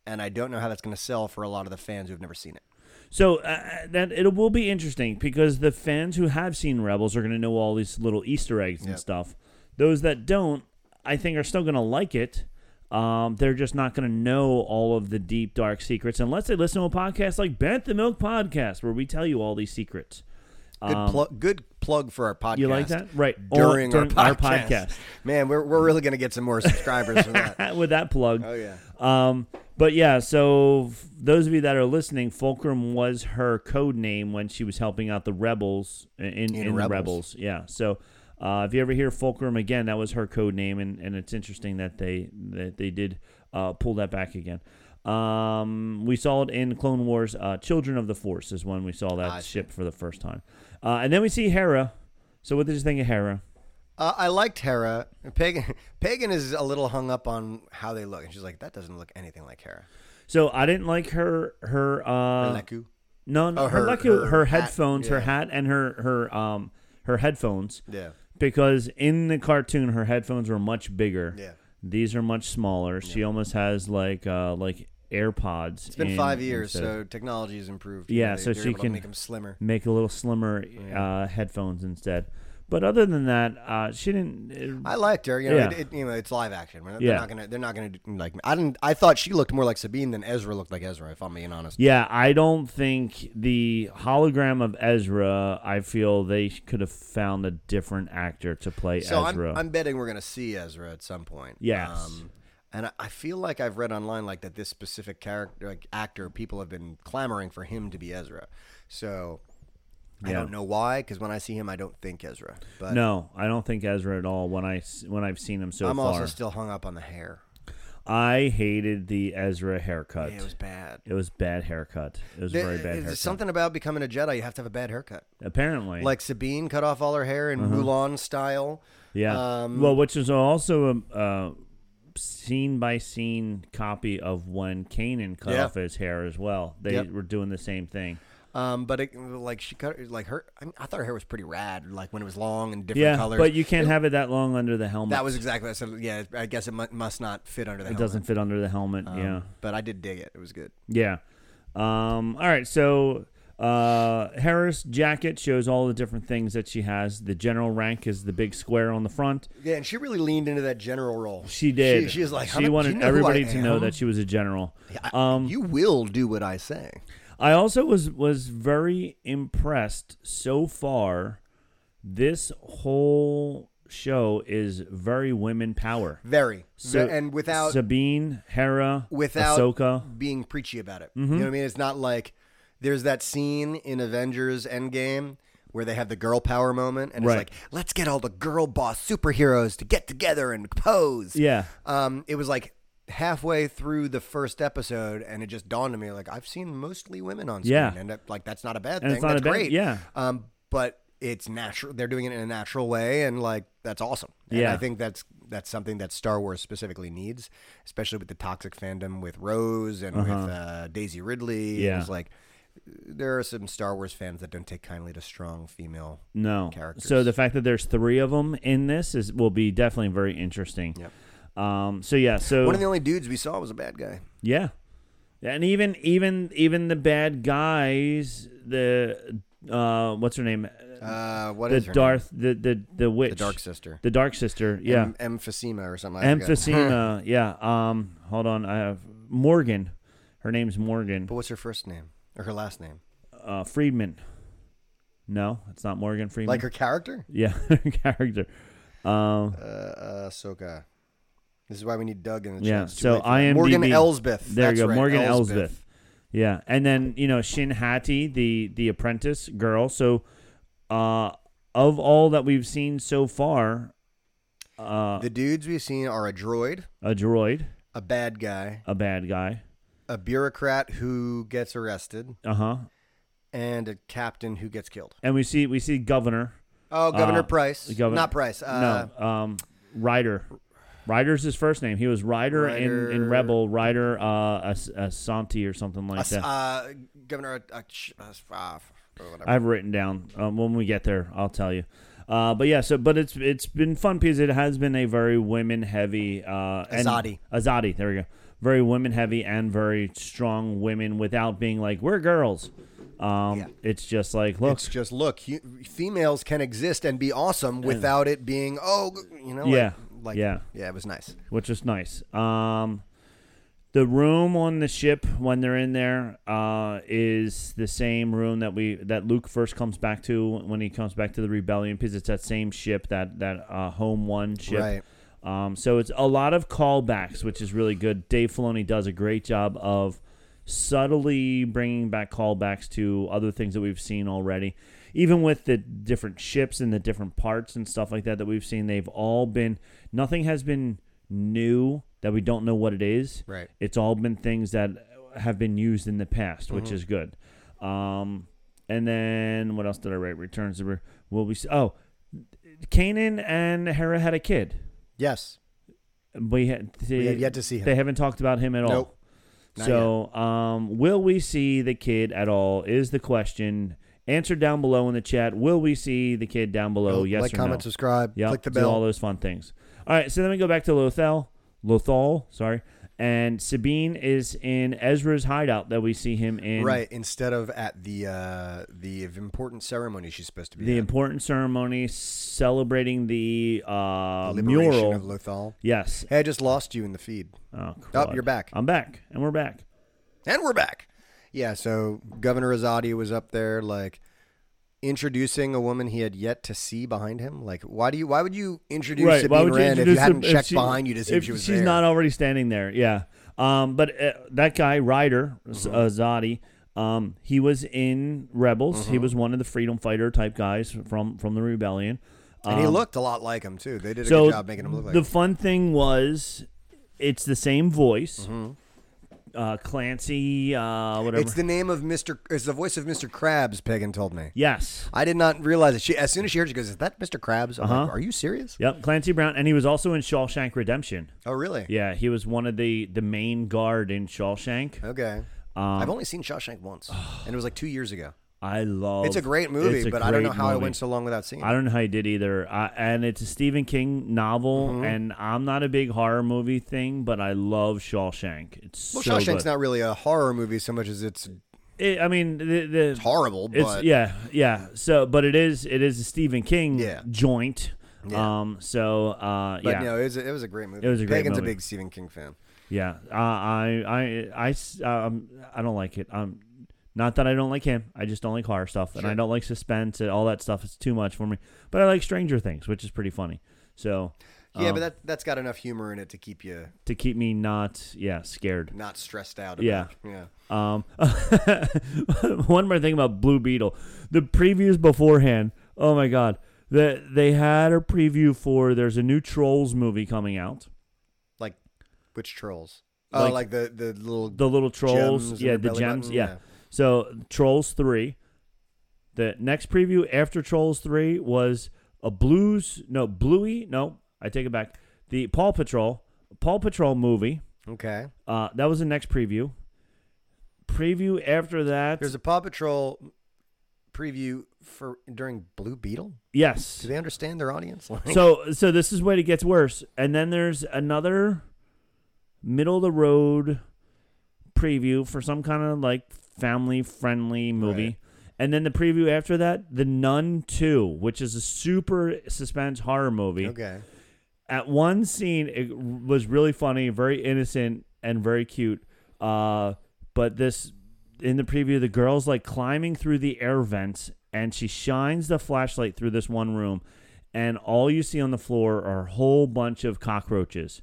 and I don't know how that's going to sell for a lot of the fans who've never seen it. So uh, that it will be interesting because the fans who have seen Rebels are going to know all these little Easter eggs and Yep. stuff. Those that don't, I think, are still going to like it. Um, they're just not going to know all of the deep dark secrets unless they listen to a podcast like Bent the Milk podcast where we tell you all these secrets. Good, plu- good plug for our podcast. Um, You like that, right? Or During, during our podcast. man, we're we're really going to get some more subscribers from that. Uh, With that plug, Oh yeah. Um, but yeah, so f- those of you that are listening, Fulcrum was her code name when she was helping out the rebels in, in, the Rebels. rebels. Yeah. So uh, if you ever hear Fulcrum again, that was her code name, and, and it's interesting that they that they did uh, pull that back again. Um, we saw it in Clone Wars. Uh, Children of the Force is when we saw that Ah, I see. ship for the first time, uh, and then we see Hera. So what did you think of Hera? Uh, I liked Hera. Pagan Pagan is a little hung up on how they look, and she's like, "That doesn't look anything like Hera." So I didn't like her her uh, Leku. No, no, Oh, her, her- lucky- her, her hat, headphones, her yeah. hat, and her her um her headphones. Yeah. Because in the cartoon, her headphones were much bigger. Yeah. These are much smaller. She almost has like uh like AirPods. It's been five years, so technology has improved. Yeah, they, so they're she able can- to make them slimmer. make a little slimmer uh, headphones instead. But other than that, uh, she didn't. I liked her. You know, Yeah. it, it, you know, it's live action. They're Yeah. not gonna. They're not gonna do- like. I didn't. I thought she looked more like Sabine than Ezra looked like Ezra. If I'm being honest. yeah, I don't think the hologram of Ezra. I feel they could have found a different actor to play So Ezra. I'm, I'm betting we're gonna see Ezra at some point. Um, Yes. and I- I feel like I've read online like that this specific character, like actor, people have been clamoring for him to be Ezra. So. I Yeah. don't know why, because when I see him, I don't think Ezra. But No, I don't think Ezra at all. When I s- when I've seen him so I'm far, also still hung up on the hair. I hated the Ezra haircut. Yeah, it was bad. It was bad haircut. It was a very bad There's haircut. something about becoming a Jedi. You have to have a bad haircut. Apparently, Like Sabine cut off all her hair in Mulan style. Mm-hmm. yeah. um, well, which is also a uh, scene by scene copy of when Kanan cut Yeah. off his hair as well. They Yep. were doing the same thing. Um, but it, like she cut like her. I, mean, I thought her hair was pretty rad. Like when it was long and different Yeah, colors. but you can't have it that long under the helmet. that was exactly what I said. Yeah, I guess it mu- must not fit under the it helmet. Um, doesn't fit under the helmet. yeah, But I did dig it. It was good. yeah. Um, all right, so uh, Harris jacket shows all the different things that she has. The general rank is the big square on the front. Yeah, and she really leaned into that general role. She did. She, she was like, "How she did wanted you know who everybody I to know am?" that Um, she was a general. I- you will do what I say. I also was was very impressed so far. This whole show is very women power. Very. So- and without Sabine, Hera, without Ahsoka. Mm-hmm. being preachy about it. You know what I mean? It's not like there's that scene in Avengers Endgame where they have the girl power moment and Right. it's like, let's get all the girl boss superheroes to get together and pose. Yeah. Um, it was like halfway through the first episode and it just dawned on me like I've seen mostly women on screen Yeah. and that, like that's not a bad And thing. it's not that's a bad- great. yeah. Um, but it's natural. They're doing it in a natural way, and like that's awesome. And Yeah. I think that's that's something that Star Wars specifically needs, especially with the toxic fandom with Rose and with uh, Daisy Ridley. Uh-huh. Yeah. It's like there are some Star Wars fans that don't take kindly to strong female. No. characters. So the fact that there's three of them in this is will be definitely very interesting. Yep. Um. So yeah. So One of the only dudes we saw was a bad guy. yeah, and even even even the bad guys, the uh, what's her name? Uh, what the is her name? Darth, the the the witch, The Dark Sister. the dark sister. Yeah. Em- emphysema or something. I forget. Emphysema. yeah. Um. Hold on. I have Morgan. Her name's Morgan But what's her first name or her last name? uh, Friedman. No, it's not Morgan Freeman. Like her character? yeah, her character. Um. Uh, uh, Soka. This is why we need Doug in the chat. Yeah. It's too So late for I that. am Morgan Elsbeth. There That's you go. right, Morgan Elsbeth. Elsbeth. Yeah, and then you know Shin Hati, the the apprentice girl. So, uh, of all that we've seen so far, uh, The dudes we've seen are a droid, a droid, a bad guy, a bad guy. a bureaucrat who gets arrested, Uh huh. and a captain who gets killed. And we see we see governor. Oh, Governor Uh, Price. Governor- Not Price. Uh, no. Um, Ryder. Ryder's his first name. He was Ryder, in, in Ryder- Rebel. Ryder uh, As- Asante or something like As- that. uh, Governor. Uh, sh- uh, uh, or whatever. I've written down um, when we get there. I'll tell you. Uh, but yeah, so but it's it's been fun because it has been a very women heavy. Uh, and- Azadi. Azadi. There we go. Very women heavy and very strong women without being like we're girls. Um, Yeah. It's just like look, it's just look, hu- females can exist and be awesome without it being oh, you know, like- Yeah. like Yeah. yeah, it was nice. which is nice. Um, the room on the ship when they're in there uh, is the same room that we that Luke first comes back to when he comes back to the rebellion because it's that same ship that that uh, home one ship. Right. Um, so it's a lot of callbacks, which is really good. Dave Filoni does a great job of subtly bringing back callbacks to other things that we've seen already. Even with the different ships and the different parts and stuff like that that we've seen, they've all been nothing has been new that we don't know what it is. Right. It's all been things that have been used in the past, which is good. Um, and then what else did I write? Returns to Re- will we? s- Oh, Kanan and Hera had a kid. Yes. We had, they, We have yet to see him. They haven't talked about him at all. Nope. Not So, um, will we see the kid at all? Is the question answered down below in the chat? Will we see the kid down below? yes like, or comment, no? subscribe, Yep, click the do all bell. those fun things. All right, so then we go back to Lothal. Lothal, sorry. And Sabine is in Ezra's hideout that we see him in. right, instead of at the uh, the important ceremony she's supposed to be The at. important ceremony celebrating the uh, The liberation mural. of Lothal. yes. Hey, I just lost you in the feed. Oh, Oh, crud. you're back. I'm back, and we're back. And we're back. Yeah, so Governor Azadi was up there like introducing a woman he had yet to see behind him. Like why do you why would you introduce Sabine Wren if you introduce hadn't him- if checked she- behind you to see if, she was she's there? not already standing there? Yeah. Um, but uh, that guy Ryder Z- Mm-hmm. uh, Zadi, um, he was in Rebels. Mm-hmm. He was one of the freedom fighter type guys from from the rebellion. Uh, and he looked a lot like him too. They did a so good job making him look like the him. fun thing was, it's the same voice. Uh, Clancy, uh, whatever. Mm-hmm. It's the name of Mr. It's the voice of Mr. Krabs, Pagan told me. yes. I did not realize it. She, as soon as she heard, it, she goes, "Is that Mr. Krabs?" I'm Uh-huh. like, Are you serious? Yep. Clancy Brown, and he was also in Shawshank Redemption. Oh, really? Yeah, he was one of the the main guard in Shawshank. Okay. Um, I've only seen Shawshank once, and it was like two years ago. I love. It's a great movie, Oh, it's a but I don't know great how I movie. went so long without seeing I it. don't know how you did either. I, and it's a Stephen King novel, Mm-hmm. and I'm not a big horror movie thing, but I love Shawshank. It's Well, so Shawshank's good. not really a horror movie so much as it's it, I mean, the, the, it's horrible, but yeah, yeah. So, but it is it is a Stephen King Yeah. joint. Yeah. Um. So, uh, But yeah, no, it was, a, it was a great movie. It was a great Pagan's movie. a big Stephen King fan. yeah. Uh, I, I, I, s- um, I don't like it. Um, not that I don't like him. I just don't like horror stuff, and I Sure. don't like suspense and all that stuff. It's too much for me. But I like Stranger Things, which is pretty funny. So, Yeah, um, but that that's got enough humor in it to keep you to keep me not, yeah, scared. not stressed out. About Yeah. it. yeah. Um, one more thing about Blue Beetle. The previews beforehand. Oh my God. The, they had a preview for there's a new Trolls movie coming out. Like which trolls? Oh, Like- like, the the little The little Trolls. Gems in yeah, your the belly gems. button? Yeah. Yeah. So Trolls 3. The next preview after Trolls 3 was a blues. No, Bluey. No, I take it back. The Paw Patrol. Paw Patrol movie. okay. Uh, that was the next preview. Preview after that. There's a Paw Patrol preview for during Blue Beetle. yes. Do they understand their audience? Like, so so this is when it gets worse and then there's another middle of the road preview for some kind of like family friendly movie Right. and then the preview after that the nun 2 which is a super suspense horror movie okay. at one scene it was really funny very innocent and very cute uh, but this in the preview the girl's like climbing through the air vents and she shines the flashlight through this one room and all you see on the floor are a whole bunch of cockroaches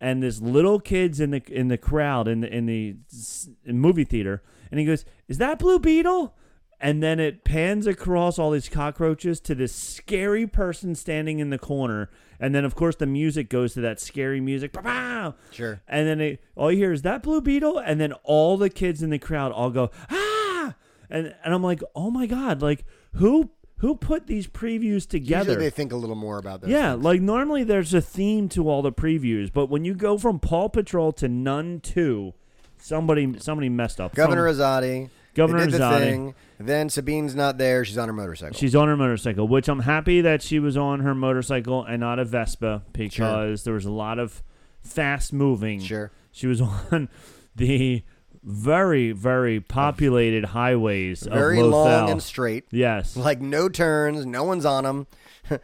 and this little kids in the in the crowd in the in the s- movie theater and he goes is that blue beetle and then it pans across all these cockroaches to this scary person standing in the corner and then of course the music goes to that scary music Pow! Sure. and then it, all you hear is that blue beetle and then all the kids in the crowd all go ah and and i'm like oh my god like who who put these previews together Usually they think a little more about that. yeah, like normally there's a theme to all the previews, but when you go from Paw Patrol to None Two, somebody somebody messed up. Governor Some- Azadi. Governor they did Azzotti. The thing. Then Sabine's not there. She's on her motorcycle. she's on her motorcycle, which I'm happy that she was on her motorcycle and not a Vespa because there was a lot of fast moving. Sure. she was on the very very populated highways Very of long Lothal. and straight. yes, Like no turns. No one's on them.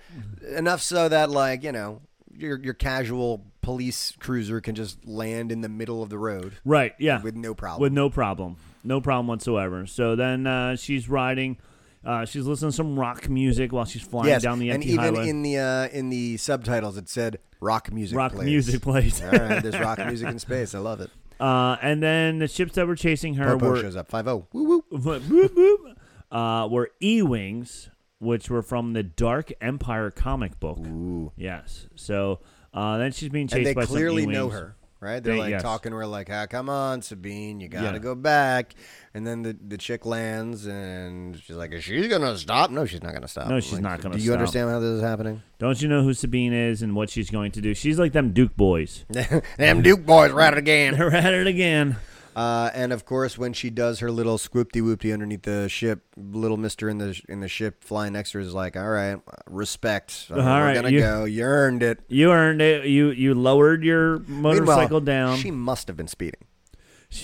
Enough so that like you know your your casual police cruiser can just land in the middle of the road right, yeah, with no problem. with no problem, no problem whatsoever. So then uh, she's riding, uh, she's listening to some rock music while she's flying yes, down the and empty even highway. in the uh, in the subtitles it said rock music. rock plays. music plays, All right, there's rock music in space. I love it. uh, and then the ships that were chasing her Popo were shows up. Five oh. zero. Woo woo. whoop, whoop, uh, were E wings, which were from the Dark Empire comic book. Yes, so uh, then she's being chased And they by some clearly know E-wings. her, right? They're E They- like yes. talking. We're like, ah, come on, Sabine, you gotta Yeah. go back. And then the, the chick lands, and she's like, is she gonna stop? No, she's not gonna stop. No, I'm she's like, not gonna Do you stop. understand how this is happening? Don't you know who Sabine is and what she's going to do? She's like them Duke boys. Them Duke boys right again. They're at it again. Uh, and of course, when she does her little swoopty whoopty underneath the ship, little Mister in the in the ship flying next to her is like, all right, respect. All All we're right, gonna you- go. You earned it. You earned it. You you lowered your motorcycle Meanwhile, down. She She, must have been speeding.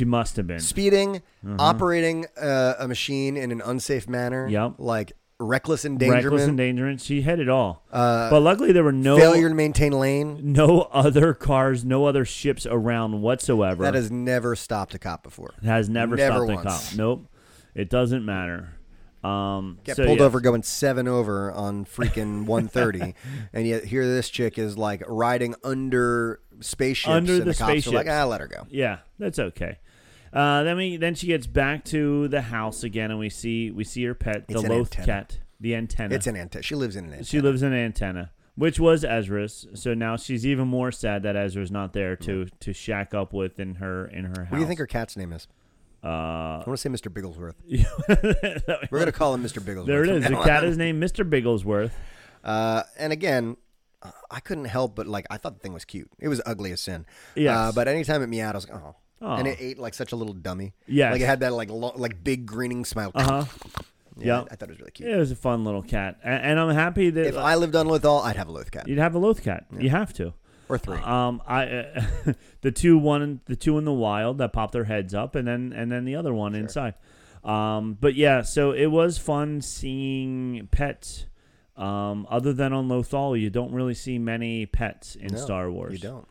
must have been. speeding, Mm-hmm. operating uh, a machine in an unsafe manner. Yep. Like reckless endangerment, Reckless endangerment. She had it all. but luckily, there were no Uh, failure to maintain lane. no other cars, no other ships around whatsoever. That has never stopped a cop before. has never, never stopped once. a cop. Nope. It doesn't matter. Um, Get so, pulled yeah. over going seven over on freaking 130. and yet here this chick is like riding under spaceships. Under and the the, cops are like, spaceships. ah, let her go. Yeah, that's okay. Uh, then we then she gets back to the house again, and we see we see her pet, It's the an loath antenna. cat, the antenna. It's an antenna. She lives in an antenna. She lives in Antenna, which was Ezra's. So now she's even more sad that Ezra's not there to to shack up with in her in her house. what do you think her cat's name is? Uh, I want to say Mr. Bigglesworth. We're going to call him Mr. Bigglesworth. there it from is. The now on. cat is named Mr. Bigglesworth. Uh, and again, I couldn't help but like I thought the thing was cute. It was ugly as sin. Yes. Uh, but anytime it meowed, I was like, oh. Aw. And it ate like such a little dummy. Yes. Like it had that like lo- like big grinning smile. Uh huh. Yeah. yeah. I thought it was really cute. It was a fun little cat, A- and, I'm happy that If I lived on Lothal, I'd have a Loth cat you'd have a loath cat. You have to. or three. Um, I uh, the two one the two in the wild that pop their heads up, and then and then the other one inside. Um, but yeah, so it was fun seeing pets. Um, other than on Lothal, you don't really see many pets in No, Star Wars. You don't.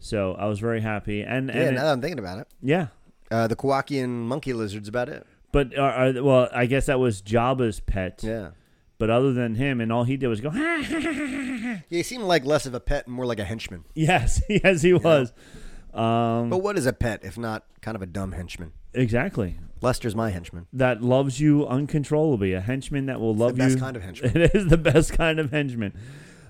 So I was very happy, and and yeah, it- now that I'm thinking about it, yeah. uh, the Kowakian monkey lizard's about it. But are, are, well, I guess that was Jabba's pet. Yeah. But other than him, and all he did was go. Yeah, he seemed like less of a pet and more like a henchman. yes, yes, he was. Um, But what is a pet if not kind of a dumb henchman? exactly. Lester's my henchman. That loves you uncontrollably. A henchman that will love the best you. kind of henchman. It is the best kind of henchman.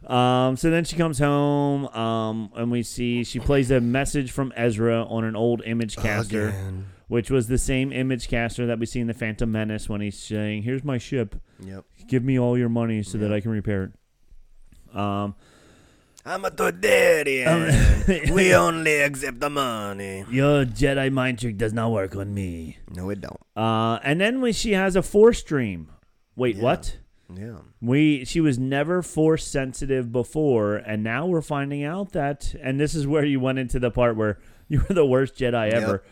Um, so then she comes home, um, and we see she plays a message from Ezra on an old image caster, Again. which was the same image caster that we see in the Phantom Menace when he's saying, "Here's my ship. Yep. Give me all your money so that I can repair it." Um, I'm a Tordarian. we only accept the money. Your Jedi mind trick does not work on me. No, it don't. Uh, and then when she has a force dream. Wait, what? Yeah. We she was never force sensitive before, and now we're finding out that. And this is where you went into the part where you were the worst Jedi ever.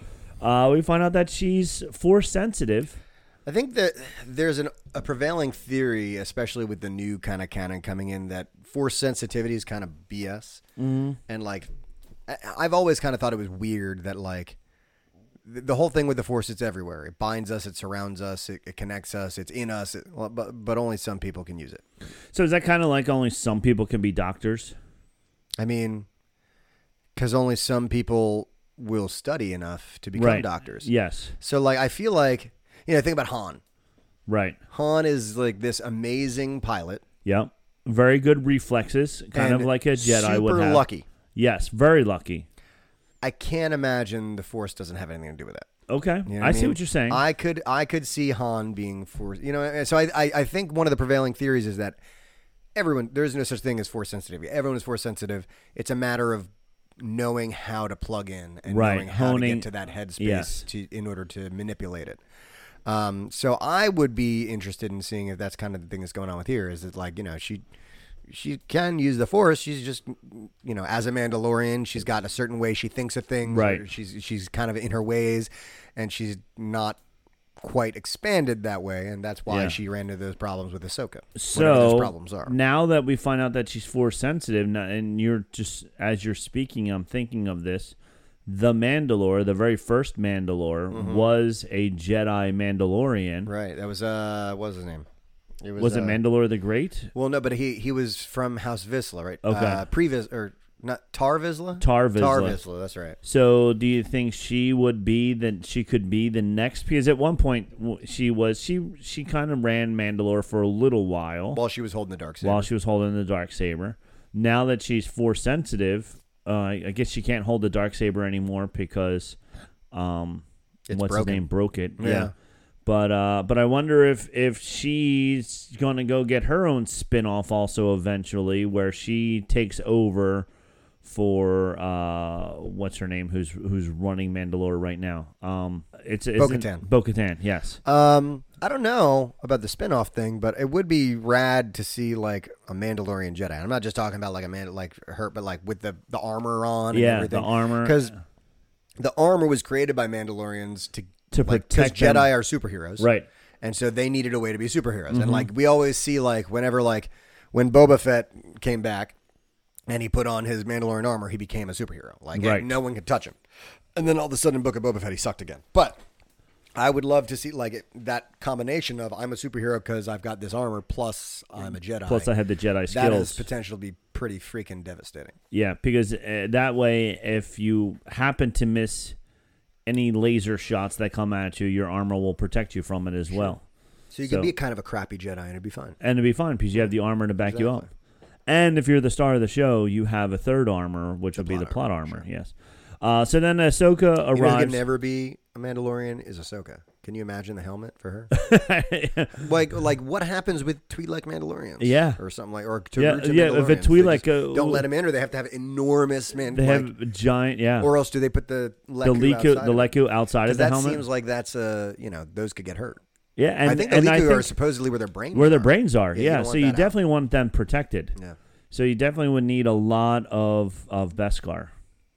Uh, we find out that she's force sensitive. I think that there's an, a prevailing theory, especially with the new kind of canon coming in, that force sensitivity is kind of BS. Mm. And like, I, I've always kind of thought it was weird that like the, the whole thing with the force, it's everywhere. It binds us, it surrounds us, it, it connects us, it's in us. It, well, but but only some people can use it. So is that kind of like only some people can be doctors? I mean, because only some people will study enough to become doctors. Yes. So like, I feel like you know, think about Han. Right. Han is like this amazing pilot, Yep. Very good reflexes, kind of and like a Jedi super would have. lucky. Yes, very lucky. I can't imagine the Force doesn't have anything to do with that. Okay, You know I, see mean? what you're saying. I could I could see Han being Force. You know, so I, I I think one of the prevailing theories is that everyone there is no such thing as Force sensitive. Everyone is Force sensitive. It's a matter of knowing how to plug in and Right, knowing how to honing- get to that headspace Yes. to in order to manipulate it. Um, so I would be interested in seeing if that's kind of the thing that's going on with here. Is that like you know she she can use the force. She's just you know as a Mandalorian, she's got a certain way she thinks of things. Right. or She's she's kind of in her ways, and she's not quite expanded that way, and that's why Yeah. she ran into those problems with Ahsoka. whatever so those problems are. now that we find out that she's force sensitive, n- and you're just as you're speaking, I'm thinking of this. The Mandalore, the very first Mandalore, was a Jedi Mandalorian. Mm-hmm. right. That was uh, what was his name? It Was it uh, Mandalore the Great? Well, no, but he he was from House Visla, right? Okay. Uh, pre or not Tar Visla? Tar Tar Vizsla. Vizsla, That's right. So, do you think she would be that she could be the next? Because at one point w- she was she she kind of ran Mandalore for a little while While she was holding the dark saber. while she was holding the dark saber. Now that she's force sensitive, uh, I guess she can't hold the dark saber anymore because um, It's what's broken. his name broke it. Yeah. Yeah. But uh, but I wonder if if she's gonna go get her own spin off also eventually, where she takes over for uh, what's her name? Who's who's running Mandalore right now? Um, it's, it's Bo-Katan. Bo-Katan, yes. Um, I don't know about the spin-off thing, but it would be rad to see like a Mandalorian Jedi. I'm not just talking about like a man like her, but like with the the armor on. Yeah, the and everything. armor. because the armor was created by Mandalorians to To like, 'cause protect them. Jedi are superheroes, Right. And so they needed a way to be superheroes. Mm-hmm. And like we always see, like whenever like when Boba Fett came back and he put on his Mandalorian armor, he became a superhero. Like Right. no one could touch him. And then all of a sudden, Book of Boba Fett, he sucked again. But I would love to see like it, that combination of I'm a superhero because I've got this armor, plus I'm a Jedi. Plus, I had the Jedi skills. that is potential to be pretty freaking devastating. Yeah, because uh, that way, if you happen to miss any laser shots that come at you, your armor will protect you from it as well. So you could So- be kind of a crappy Jedi and it'd be fine. And it'd be fine because you have the armor to back you up. Exactly. And if you're the star of the show, you have a third armor, which would be the plot armor. Yes. Uh, so then Ahsoka You know who could arrives. never be a Mandalorian is Ahsoka. Can you imagine the helmet for her? like, like what happens with Tweet like Mandalorians? Yeah. or something like, or to Yeah, root to yeah, if a Mandalorians. Twi'lek, They just uh, don't let them in, or they have to have enormous man. they have like- a giant, yeah. or else do they put the Leku the Leku, the outside of it? Leku outside 'Cause of the that helmet. seems like that's a you know those could get hurt. yeah, and I think the and I Leku are think supposedly where their brains where their are. brains are. Yeah, Yeah, you don't so want you that out. definitely want them protected. Yeah, So you definitely would need a lot of of Beskar.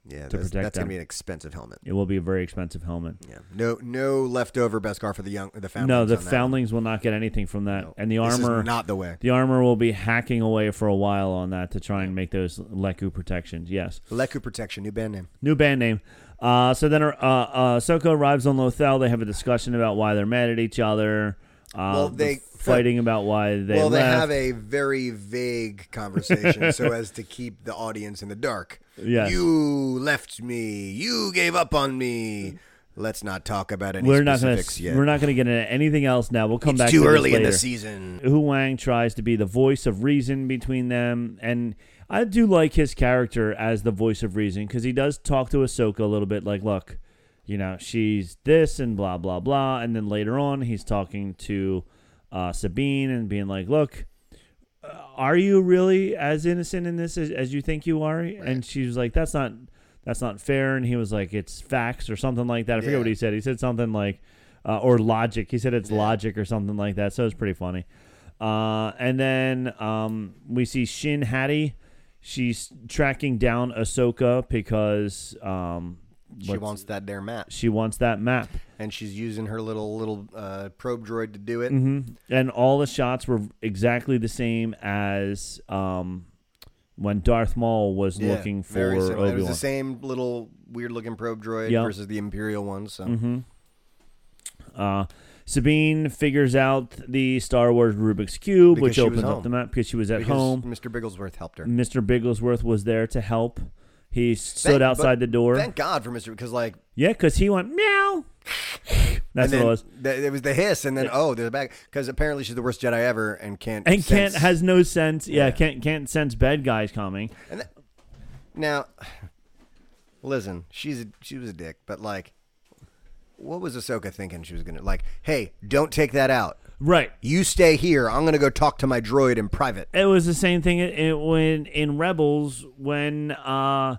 Yeah, to that's, protect that's them. gonna be an expensive helmet. it will be a very expensive helmet. Yeah, no, no leftover Beskar for the young, the foundlings. no, the on that. foundlings will not get anything from that, No. and the This is armor not the way. the armor will be hacking away for a while on that to try and make those Leku protections. Yes, Leku protection, new band name. new band name. Uh, so then uh, uh, Soko arrives on Lothal. They have a discussion about why they're mad at each other. Uh, Well, they- fighting about why they well, they left. have a very vague conversation so as to keep the audience in the dark. Yes. You left me. You gave up on me. Let's not talk about any we're not gonna specifics yet. we're not gonna get into anything else now. We'll come it's back too to early this in the later. season. Hu Wang tries to be the voice of reason between them, and I do like his character as the voice of reason because he does talk to Ahsoka a little bit, like, look, you know, she's this and blah blah blah, and then later on he's talking to uh, Sabine and being like, look. uh, Are you really as innocent in this as, as you think you are? And she was like, "That's not, that's not fair." And he was like, "It's facts or something like that." I forget Yeah. what he said. He said something like, uh, "Or logic." He said it's logic or something like that. So it's pretty funny. Uh, and then um, we see Shin Hattie. She's tracking down Ahsoka because um, She what's- wants that there map, she wants that map. and she's using her little little uh, probe droid to do it. Mm-hmm. And all the shots were exactly the same as um, when Darth Maul was Yeah, looking for very similar. Obi It was Wan. the same little weird looking probe droid Yep. Mm-hmm. versus the Imperial one. So Uh, Sabine figures out the Star Wars Rubik's Cube, Because which she was opens up home. the map because she was at Because home. Mr. Bigglesworth helped her. Mr. Bigglesworth was there to help. He stood Thank- but outside the door. Thank God for Mr. Because like Yeah, because he went meow. That's and then what it was. th- it was the hiss, and then oh, they're back because apparently she's the worst Jedi ever, and can't And sense- can't has no sense. Yeah, can't can't sense bad guys coming. And that, now, listen, she's a, she was a dick, but like, what was Ahsoka thinking? She was gonna like, hey, don't take that out. Right. You stay here. I'm gonna go talk to my droid in private. It was the same thing it, it, when in Rebels when uh,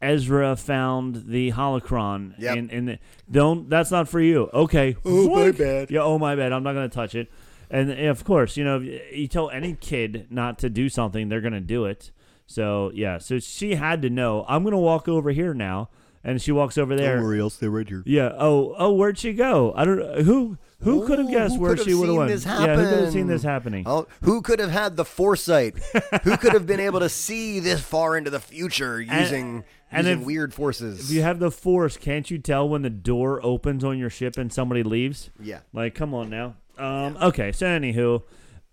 Ezra found the holocron. Yep. And, and the, don't that's not for you. Okay. Oh, my Zoink. bad. Yeah. Oh my bad. I'm not gonna touch it. And and of course, you know, you tell any kid not to do something, they're gonna do it. So yeah. So she had to know. I'm gonna walk over here now. And she walks over there. I'll stay right here. Yeah. Oh. Oh. Where'd she go? I don't. Who? Who could have guessed where she would have went? yeah. Who could have seen this happening? Oh, who could have had the foresight? who could have been able to see this far into the future using and using if- weird forces? If you have the force, can't you tell when the door opens on your ship and somebody leaves? Yeah. Like, come on now. Um. Okay. So, anywho,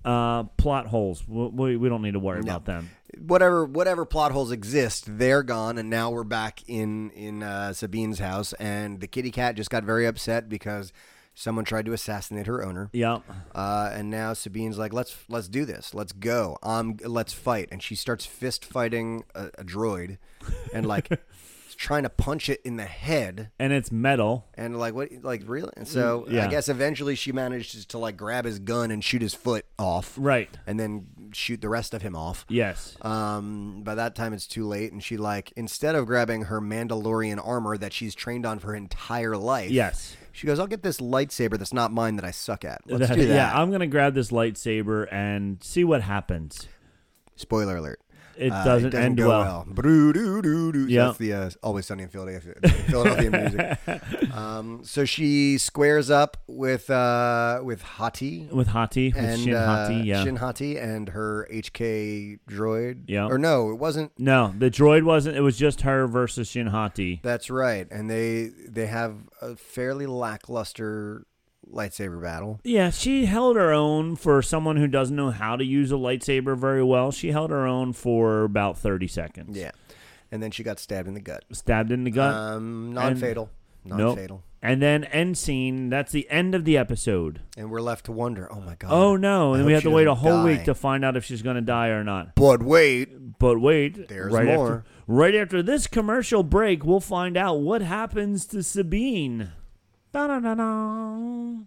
uh, plot holes. We we, we don't need to worry about them. whatever whatever plot holes exist, they're gone, and now we're back in in uh, Sabine's house, and the kitty cat just got very upset because someone tried to assassinate her owner. Yeah. Uh, and now Sabine's like, let's let's do this, let's go, um, let's fight, and she starts fist fighting a, a droid, and like trying to punch it in the head, And it's metal. and like what, like really? And so Yeah. I guess eventually she manages to like grab his gun and shoot his foot off, Right. and then shoot the rest of him off. Yes. Um, by that time, it's too late, and she like instead of grabbing her Mandalorian armor that she's trained on for her entire life, Yes. she goes, "I'll get this lightsaber that's not mine that I suck at." Let's That- do that. Yeah. I'm gonna grab this lightsaber and see what happens. Spoiler alert. It Uh, doesn't, end go well. Broo-doo-doo-doo. Yeah. That's the uh, always sunny in Philadelphia, Philadelphia music. Um, so she squares up with uh, with Hati With Hati, with and Shin Hati, uh, yeah. Shin Hati and her HK droid. Yeah. Or no, it wasn't. No, the droid wasn't. It was just her versus Shin Hati. That's right, and they they have a fairly lackluster lightsaber battle. Yeah, she held her own for someone who doesn't know how to use a lightsaber very well. She held her own for about 30 seconds. Yeah, and then she got stabbed in the gut. Stabbed in the gut. Um, non-fatal, Uh, nope. non-fatal, And then end scene. That's the end of the episode. and we're left to wonder. Oh my god. Oh, no. I And we hope have she to wait a doesn't whole die. week to find out if she's going to die or not. But wait, But wait, There's right more. After, right after this commercial break, we'll find out what happens to Sabine. Da-da-da-da.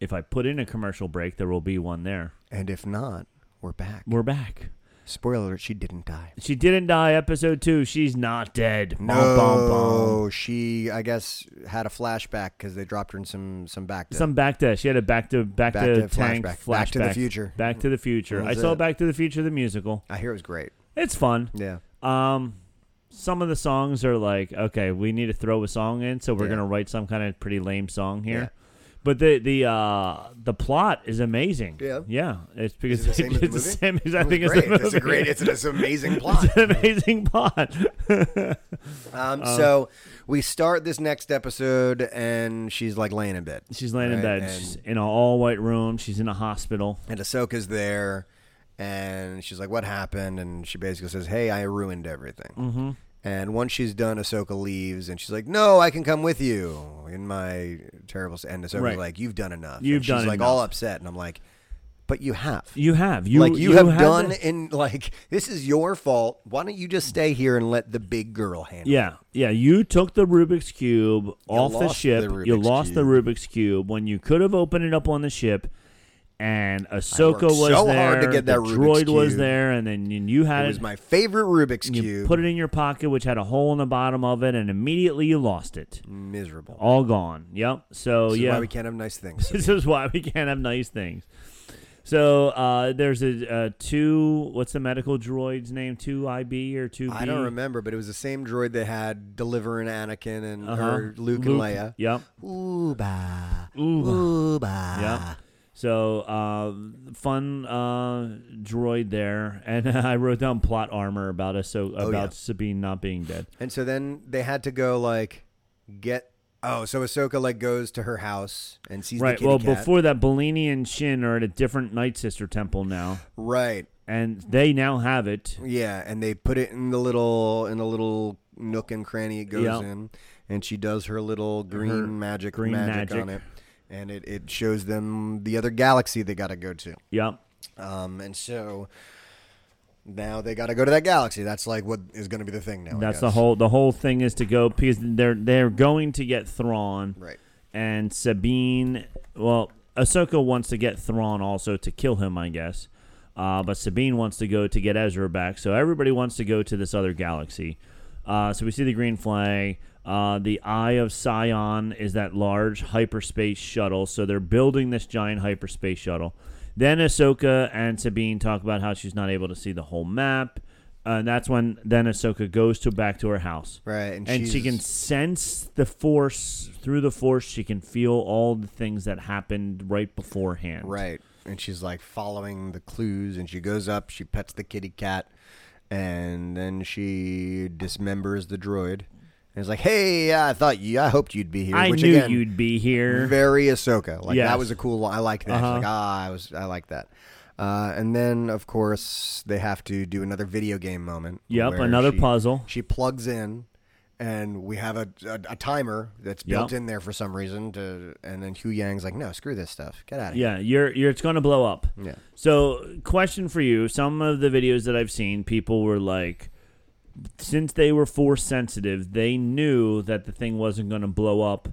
If I put in a commercial break, there will be one there. and if not, we're back. We're back. Spoiler alert: she didn't die. She didn't die. Episode two. She's not dead. Bum, No, bum, bum. she I guess had a flashback because they dropped her in some some back. to- Some back to she had a back to back, Back to, to tank flashback. flashback. Back to the Future. Back to the future. That I was saw it. Back to the Future the musical. I hear it was great. It's fun. Yeah. Um, some of the songs are like, okay, we need to throw a song in, so we're Yeah. gonna write some kind of pretty lame song here. But the the uh, the plot is amazing. Yeah. yeah. It's because Is it the same as it's same as the movie? I It was think it's great. the movie. It's a great. It's an, it's an amazing plot. It's an amazing plot. Um, Uh, so we start this next episode, and she's like laying in bed, She's laying in Right, bed. and- She's in an all white room. She's in a hospital. and Ahsoka's there, and she's like, "What happened?" And she basically says, "Hey, I ruined everything." Mm-hmm. And once she's done, Ahsoka leaves, and she's like, "No, I can come with you." In my terrible, s- and Ahsoka's Right. like, "You've done enough." And You've she's done like enough. all upset, and I'm like, "But you have." You have you like you, have, done the- in like this is your fault. Why don't you just stay here and let the big girl handle? it? Yeah, yeah. You took the Rubik's cube off the lost ship. the you Rubik's lost the Cube. Rubik's cube when you could have opened it up on the ship. And Ahsoka worked was so there. hard to get that the Rubik's droid was Cube. there, and then you- you had It was my favorite Rubik's you cube. put it in your pocket, which had a hole in the bottom of it, and immediately you lost it. miserable. All gone. Yep. So Mm. This is Oh, yeah, why we can't have nice things. this is why we can't have nice things. So uh, there's a, a two. What's the medical droid's name? Two IB or two? I don't remember, but it was the same droid they had delivering Anakin and Uh-huh. or Luke, and Leia. Yep. Ooba, Ooba. ooba. Yeah. So uh, fun uh, droid there, and I wrote down plot armor about us. So about Oh, yeah. Sabine not being dead. And so then they had to go like get. Oh, so Ahsoka like goes to her house and sees the right. kitty Well, cat. before that, Bellini and Shin are at a different Night Sister temple now, right, and they now have it. yeah, and they put it in the little in the little nook and cranny it goes Yeah. in, and she does her little green Her magic green magic, on magic. it, and it it shows them the other galaxy they got to go to. Yep. Um, and so now they got to go to that galaxy. That's like what is going to be the thing now. I That's the guess. whole. The whole thing is to go because they're they're going to get Thrawn. right. and Sabine. Well, Ahsoka wants to get Thrawn also to kill him, I guess. Uh, but Sabine wants to go to get Ezra back. So everybody wants to go to this other galaxy. Uh, so we see the green flag. Uh, the Eye of Scion is that large hyperspace shuttle. So they're building this giant hyperspace shuttle. Then Ahsoka and Sabine talk about how she's not able to see the whole map. and that's when then Ahsoka goes to back to her house Right, and, and she she's- can sense the force through the force she can feel all the things that happened right beforehand right, and she's like following the clues, and she goes up, she pets the kitty cat, and then she dismembers the droid, and is like, "Hey, I thought you, I hoped you'd be here." i which knew again, you'd be here very Ahsoka. Like Yes. Uh-huh. that was a cool. I like that. She's Like ah, I was. I like that. Uh, and then of course they have to do another video game moment. Yep, where another she- puzzle. She plugs in, and we have a a, a timer that's built Yep. in there for some reason. To and then Hu Yang's like, no, screw this stuff. Get out of yeah you're you're it's gonna blow up here. Yeah. so question for you some of the videos that i've seen people were like since they were force sensitive they knew that the thing wasn't gonna blow up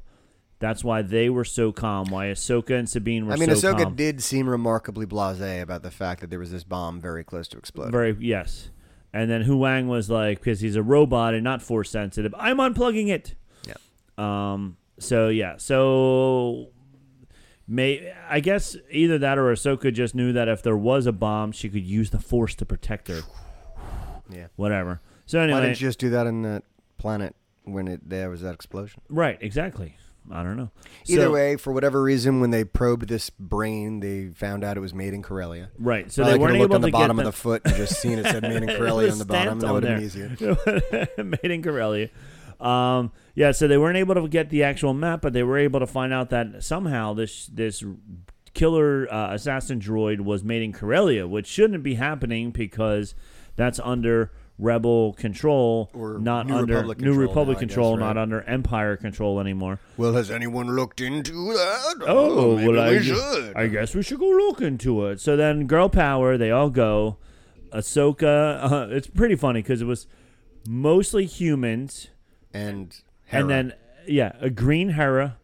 that's why they were so calm. Why Ahsoka and Sabine were I mean, so Ahsoka calm. did seem remarkably blasé about the fact that there was this bomb very close to exploding. Very yes. And then Huang was like, because he's a robot and not force sensitive, I'm unplugging it. Yeah. Um. So yeah. So may I guess either that or Ahsoka just knew that if there was a bomb, she could use the force to protect her. Yeah. Whatever. So Why anyway, didn't you just do that on that planet when it there was that explosion? right? Exactly. I don't know. Either So- way, for whatever reason, when they probed this brain, they found out it was made in Corellia. Right. So I they like weren't looked able on the to bottom get of the foot and just seen it said made in Corellia on the bottom. That would have been easier. easier. Made in Corellia. Um, yeah, so they weren't able to get the actual map, but they were able to find out that somehow this this killer uh, assassin droid was made in Corellia, which shouldn't be happening because that's under rebel control, Or not New under Republic New control Republic now, I guess, control, right? not under Empire control anymore. Well, has anyone looked into that? Oh, maybe well, I, we gu- should. I guess we should go look into it. So then, girl power, they all go. Ahsoka, uh, it's pretty funny because it was mostly humans, and and then yeah, a green Hera,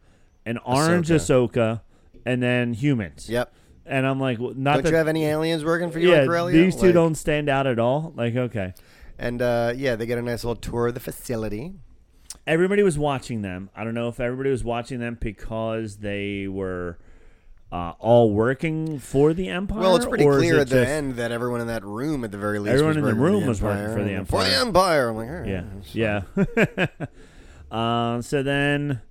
an orange Ahsoka, Ahsoka. and then humans. yep. And I'm like, well, not Don't that. you have any aliens working for you yeah, in Corellia? these two Like- don't stand out at all. Like, okay, And uh, yeah, they get a nice little tour of the facility. everybody was watching them. I don't know if everybody was watching them because they were. uh, all working for the Empire? Well, it's pretty or is clear it at the just- end that everyone in that room, at the very least, Everyone was in the working room was working for the For the Empire. Empire, I'm like, all right, Yeah, that's fine. yeah. uh, so then,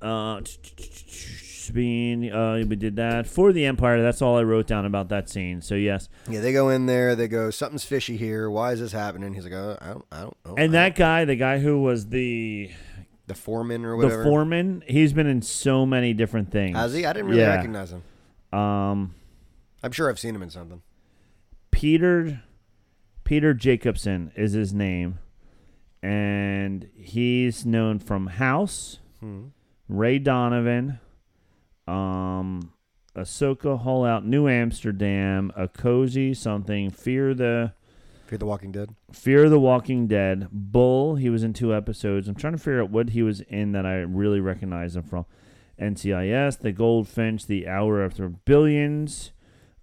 uh, Sabine, uh, we did that for the Empire. That's all I wrote down about that scene. So yes, Yeah, they go in there. They go, something's fishy here. Why is this happening? He's like, oh, I don't, I don't know. and I that guy, the guy who was the don't- the foreman or the whatever. foreman, he's been in so many different things. Has he? I didn't really Yeah. recognize him. Um, I'm sure I've seen him in something. Peter Peter Jacobson is his name, and he's known from House, Ray Donovan, um, Ahsoka Hall Out, New Amsterdam, a cozy something, Fear the Fear the Walking Dead. Fear the Walking Dead, Bull. He was in two episodes. I'm trying to figure out what he was in that I really recognize him from. NCIS, The Goldfinch, The Hour After Billions,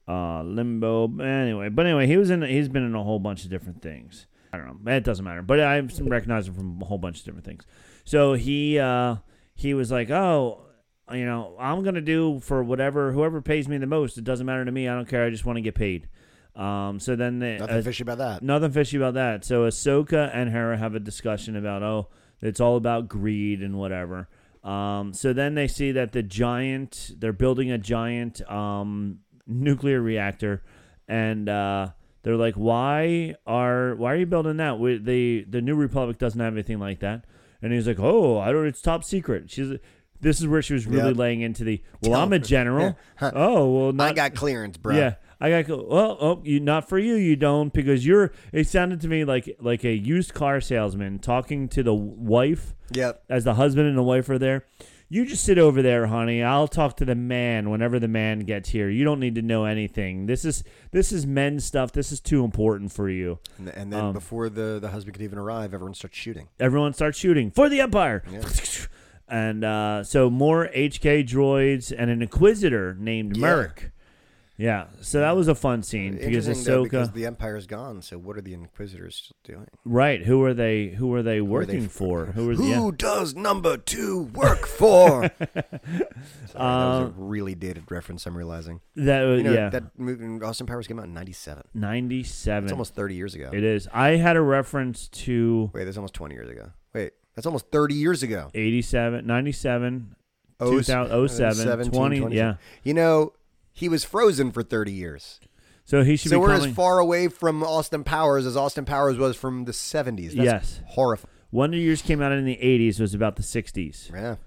uh, Limbo. Anyway, but anyway, he was in. He's been in a whole bunch of different things. I don't know. It doesn't matter. But I recognize him from a whole bunch of different things. So he uh, he was like, oh. You know, I'm gonna do for whatever whoever pays me the most. It doesn't matter to me. I don't care. I just want to get paid. Um, so then the, Nothing uh, fishy about that. Nothing fishy about that. So Ahsoka and Hera have a discussion about oh, it's all about greed and whatever. Um, so then they see that the giant they're building a giant um, nuclear reactor, and uh, they're like, why are why are you building that? We, the the New Republic doesn't have anything like that. And he's like, oh, I don't. It's top secret. She's. This is where she was really Yeah. laying into the. Well, Tell I'm a her. general. Yeah. Oh well, I not got clearance, bro. yeah, I got go. Well, oh, you not for you. You don't because you're. It sounded to me like like a used car salesman talking to the wife Yep. as the husband and the wife are there. You just sit over there, honey. I'll talk to the man whenever the man gets here. You don't need to know anything. This is this is men's stuff. This is too important for you. And, and Um, then before the, the husband could even arrive, everyone starts shooting. Everyone starts shooting for the empire. And uh, so more HK droids and an inquisitor named Yeah. Merc. Yeah, so that was a fun scene because Interesting though, Ahsoka. because the Empire's gone. So what are the Inquisitors still doing? Right. Who are they? Who are they Who are they working f- for? Who are Who the? Yeah. does number two work for? Sorry, that was a really dated reference. I'm realizing. That, You know, Uh, yeah. That movie, Austin Powers, came out in '97. Ninety-seven. It's almost 30 years ago. It is. I had a reference to Wait, that's almost 20 years ago. Wait, that's almost 30 years ago. 87, 97, Oh, 2007, 17, 20, yeah. You know, he was frozen for 30 years. So he should so be we're coming. as far away from Austin Powers as Austin Powers was from the 70s. That's Yes. Horrifying. Wonder Years came out in the eighties. Was about the sixties. Yeah.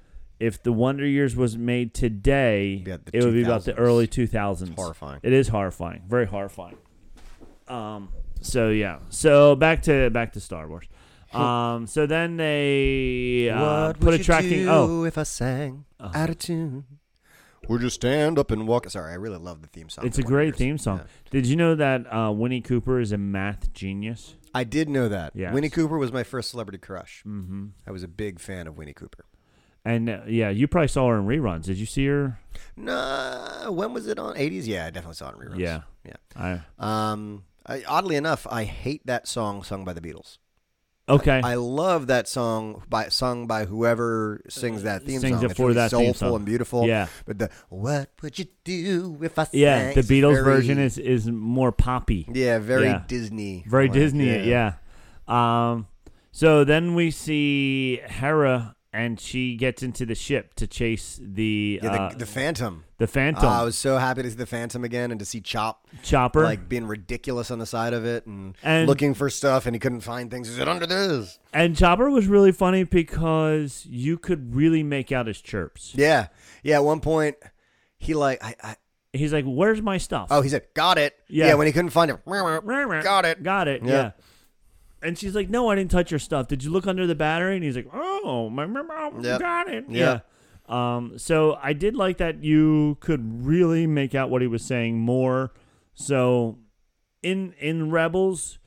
If the Wonder Years was made today, Yeah, the it would be about the 2000s. early two thousands. horrifying. It is horrifying. Very horrifying. Um. So yeah. So back to back to Star Wars. Um. So then they uh, what put would a you tracking. do Oh, Uh-huh. if I sang out of tune? Would you stand up and walk? Sorry, I really love the theme song. It's for a Wonder great Years. theme song. Yeah. Did you know that uh, Winnie Cooper is a math genius? I did know that. Yes. Winnie Cooper was my first celebrity crush. Mm-hmm. I was a big fan of Winnie Cooper. And uh, yeah, you probably saw her in reruns. Did you see her? No, when was it on? 80s? Yeah, I definitely saw it in reruns. Yeah. Yeah. I Um, I, oddly enough, I hate that song sung by the Beatles. okay. I love that song by sung by whoever sings that theme Sings song. it It's for really that theme soulful song. and beautiful. Yeah. But the "What would you do if I?" yeah, sang? the It's Beatles very- version is is more poppy, yeah, very yeah. Disney, very like, Disney. Yeah. Um. So then we see Hera, and she gets into the ship to chase the Yeah, the, uh, the Phantom. the Phantom Ah, I was so happy to see the Phantom again and to see Chop chopper. like being ridiculous on the side of it and, And- looking for stuff and he couldn't find things. Is it under this? and Chopper was really funny because you could really make out his chirps. Yeah, yeah. At one point, he like I, I He's like, "Where's my stuff?" oh he said got it. Yeah. when he couldn't find it, got it. Got it. Yeah. Yeah. And she's like, "No, I didn't touch your stuff. Did you look under the battery?" And he's like, "Oh, my, my, my Yep. got it." Yeah. Yeah. Um. So I did like that you could really make out what he was saying more. So, in in Rebels,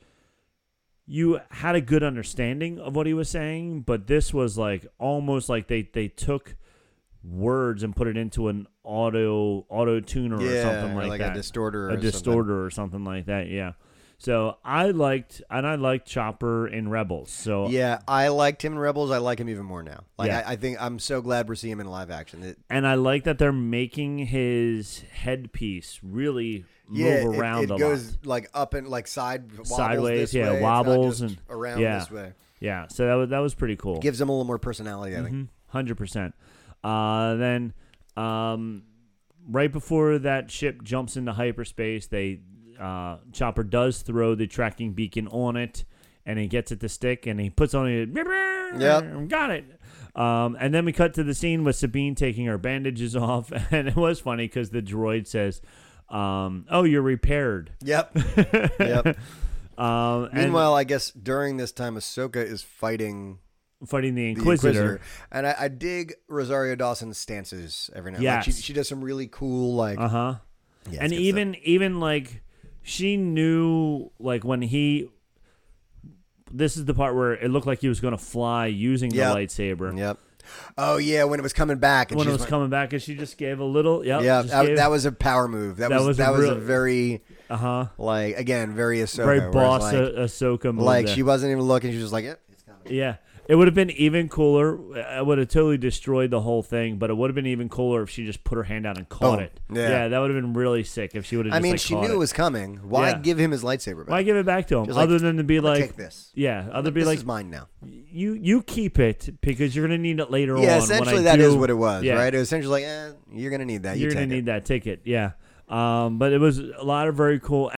you had a good understanding of what he was saying, but this was like almost like they they took words and put it into an auto auto tuner or Yeah, something or like, like a that distorter or a something. distorter or something like that yeah So I liked and I liked Chopper in Rebels. So Yeah, I liked him in Rebels. I like him even more now. Like Yeah. I, I think I'm so glad we're seeing him in live action. It, and I like that they're making his headpiece really yeah, move it- around it, a goes lot. like up and like side wobbles Sideways, this yeah, way. It's not wobbles just and around yeah, this way. Yeah, so that was that was pretty cool. Gives him a little more personality. I think. Hundred percent. Uh, then, um, right before that ship jumps into hyperspace, they uh, Chopper does throw the tracking beacon on it, and he gets it to stick, and he puts on it. Yep. got it. Um, and then we cut to the scene with Sabine taking her bandages off, and it was funny because the droid says, um, "Oh, you're repaired." Yep. yep. Mm-hmm. Um, and Meanwhile, I guess during this time, Ahsoka is fighting fighting the the Inquisitor. Inquisitor, and I, I dig Rosario Dawson's stances every now. Yeah, like she, Yes. she does some really cool like. Uh huh. Yeah, it's and good even even like she knew like when he this is the part where it looked like he was going to fly using Yep. the lightsaber stuff. Yep. Oh yeah, when it was coming back, and when it she's was like- coming back and she just gave a little yep, Yeah, just that, gave- that was a power move. That, That was, was a that was a real- very uh-huh like again very Ahsoka. very where it's boss Like, ah- Ahsoka move like there. she wasn't even looking. She was just like, "Eh." "Yep, it's coming." yeah it would have been even cooler I would have totally destroyed the whole thing but it would have been even cooler if she just put her hand out and caught Boom. it Yeah. that would have been really sick if she would have I just mean, like, she caught knew it. was coming. Why Yeah. give him his lightsaber back? why give it back to him Just like, other than to be "I'm gonna like take this. yeah other be this like is mine now. you you keep it because you're gonna need it later on. Yeah, when I essentially that do- is what it was, yeah, right? It was essentially like, eh, "You're gonna need that. You You're gonna take it." need that ticket. Yeah. Um, but it was a lot of very cool,